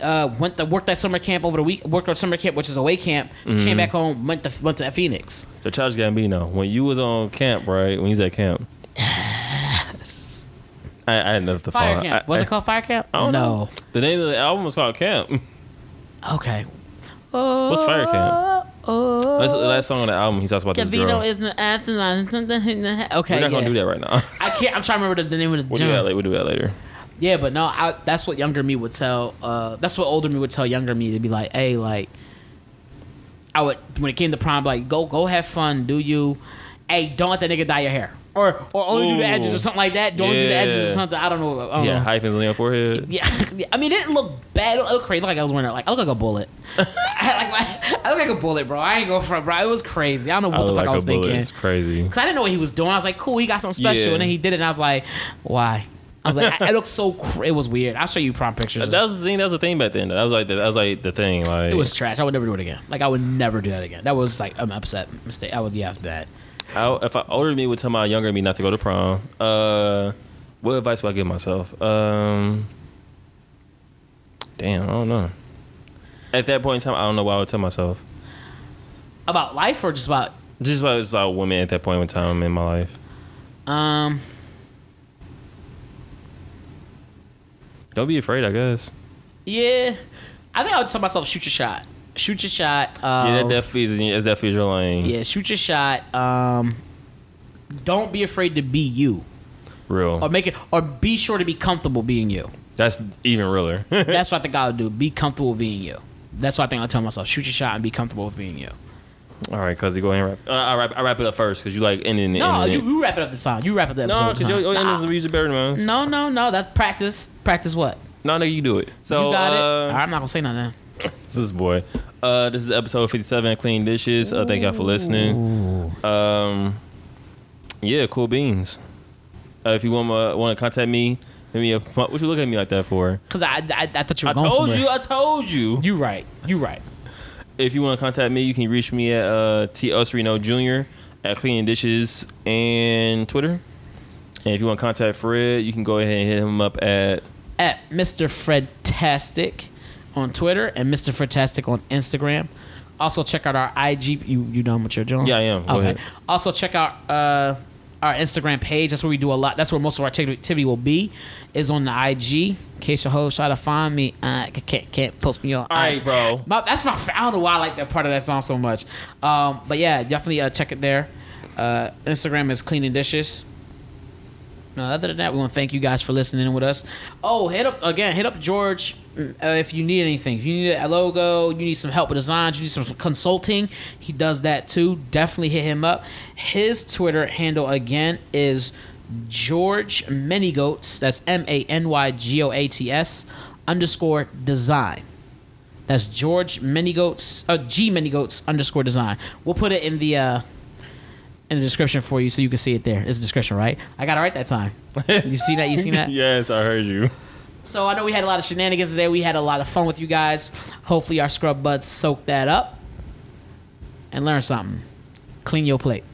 A: Uh, went to worked at summer camp over the week. Worked at summer camp, which is away camp.
B: Mm-hmm.
A: Came back home. Went to went to Phoenix.
B: So Charles Gambino, when you was on camp, right? When you was at camp, [sighs] I, I had nothing to
A: Fire
B: follow.
A: camp.
B: I-
A: Was
B: I-
A: it called Fire Camp?
B: I don't
A: no.
B: know. The name of the album was called Camp.
A: Okay. What's
B: Fire Camp?
A: Oh,
B: That's the last song on the album. He talks about this girl.
A: Gavino is an athlete. Okay,
B: We're not
A: yeah.
B: gonna do that right now. [laughs]
A: I can't. I'm trying to remember the, the name of the
B: We'll do that
A: gym.
B: later. We'll do that later.
A: Yeah, but no, I, that's what younger me would tell. Uh, that's what older me would tell younger me to be like, hey, like, I would when it came to prime, like, go, go have fun, do you? Hey, don't let that nigga dye your hair, or or only do the
B: Ooh.
A: edges or something like that. Don't do the edges
B: Yeah.
A: or something. I don't know. I don't
B: Yeah,
A: know.
B: hyphens on your forehead.
A: Oh. Yeah, [laughs] yeah. I mean, it didn't look bad. It looked crazy. It looked like I was wearing it. Like I look like a bullet. [laughs] I, had, like, I look like a bullet, bro. I ain't going for it, bro. It was crazy. I don't know what
B: I
A: the
B: look
A: fuck
B: like
A: I was
B: a bullet.
A: thinking.
B: It's crazy.
A: Cause I didn't know what he was doing. I was like, cool, he got something special,
B: Yeah.
A: and then he did it, and I was like, why? I was like, I, it looked so. Cr- it was weird. I'll show you prom pictures.
B: That was the thing. That was the thing back then. That was like the, that was like the thing. Like
A: it was trash. I would never do it again. Like I would never do that again. That was like an upset mistake. I was yeah, it was bad.
B: I, if I older me would tell my younger me not to go to prom. Uh, what advice would I give myself? Um, damn, I don't know. At that point in time, I don't know what I would tell myself.
A: About life or just about
B: Just about it's about women at that point in time in my life.
A: um.
B: Don't be afraid, I guess.
A: Yeah, I think I would tell myself shoot your shot. Shoot your shot. Um,
B: yeah, that definitely is. That definitely is your lane.
A: Yeah, shoot your shot. Um, don't be afraid to be you,
B: real. Um,
A: or make it, or be sure to be comfortable being you.
B: That's even realer. [laughs]
A: [laughs] That's what I think I'll do. Be comfortable being you. That's what I think I'll tell myself. Shoot your shot and be comfortable with being you.
B: All right, cuz go ahead and wrap. Uh, I wrap. I wrap it up first because you like ending.
A: No,
B: ending
A: you,
B: it.
A: you wrap it up this time. You wrap it up.
B: No, oh, because your, your endings are usually better than mine.
A: no, no, no. That's practice. Practice what?
B: No, no, you do it. So
A: you got it.
B: uh,
A: All right, I'm not gonna say nothing.
B: This boy. Uh, this is episode fifty-seven. Clean dishes. Uh, thank y'all for listening. Um, yeah, cool beans. Uh, if you want uh, want to contact me, hit me up. What you looking at me like that for?
A: Cause I, I, I thought you were
B: I
A: going
B: told
A: somewhere.
B: you. I told you.
A: You right. You right.
B: If you want to contact me, you can reach me at uh, T Usreno Jr. at Clean Dishes and Twitter. And if you want to contact Fred, you can go ahead and hit him up at
A: At Mr. Fredtastic on Twitter and Mr. Fredtastic on Instagram. Also check out our IG. You you done with your job?
B: Yeah, I am. Go
A: okay.
B: ahead.
A: Also check out uh, our Instagram page. That's where we do a lot. That's where most of our activity- activity will be. Is on the IG. In case your hoes try to find me, uh, c- can't can't post me on.
B: All right,
A: IG.
B: bro.
A: My, that's my. I don't know why I like that part of that song so much. Um, but yeah, definitely uh, check it there. Uh, Instagram is cleaning dishes. No, other than that, we want to thank you guys for listening in with us. Oh, hit up again, hit up George mm, uh, if you need anything. If you need a logo, you need some help with designs, you need some consulting, he does that too. Definitely hit him up. His Twitter handle again is George Manygoats. That's M A N Y G O A T S underscore design. That's George Manygoats, uh, G Manygoats underscore design. We'll put it in the uh, in the description for you so you can see it there. It's a description, right? I got it right that time. [laughs] you see that? You see that?
B: [laughs] Yes, I heard you.
A: So I know we had a lot of shenanigans today. We had a lot of fun with you guys. Hopefully our scrub buds soak that up and learn something. Clean your plate.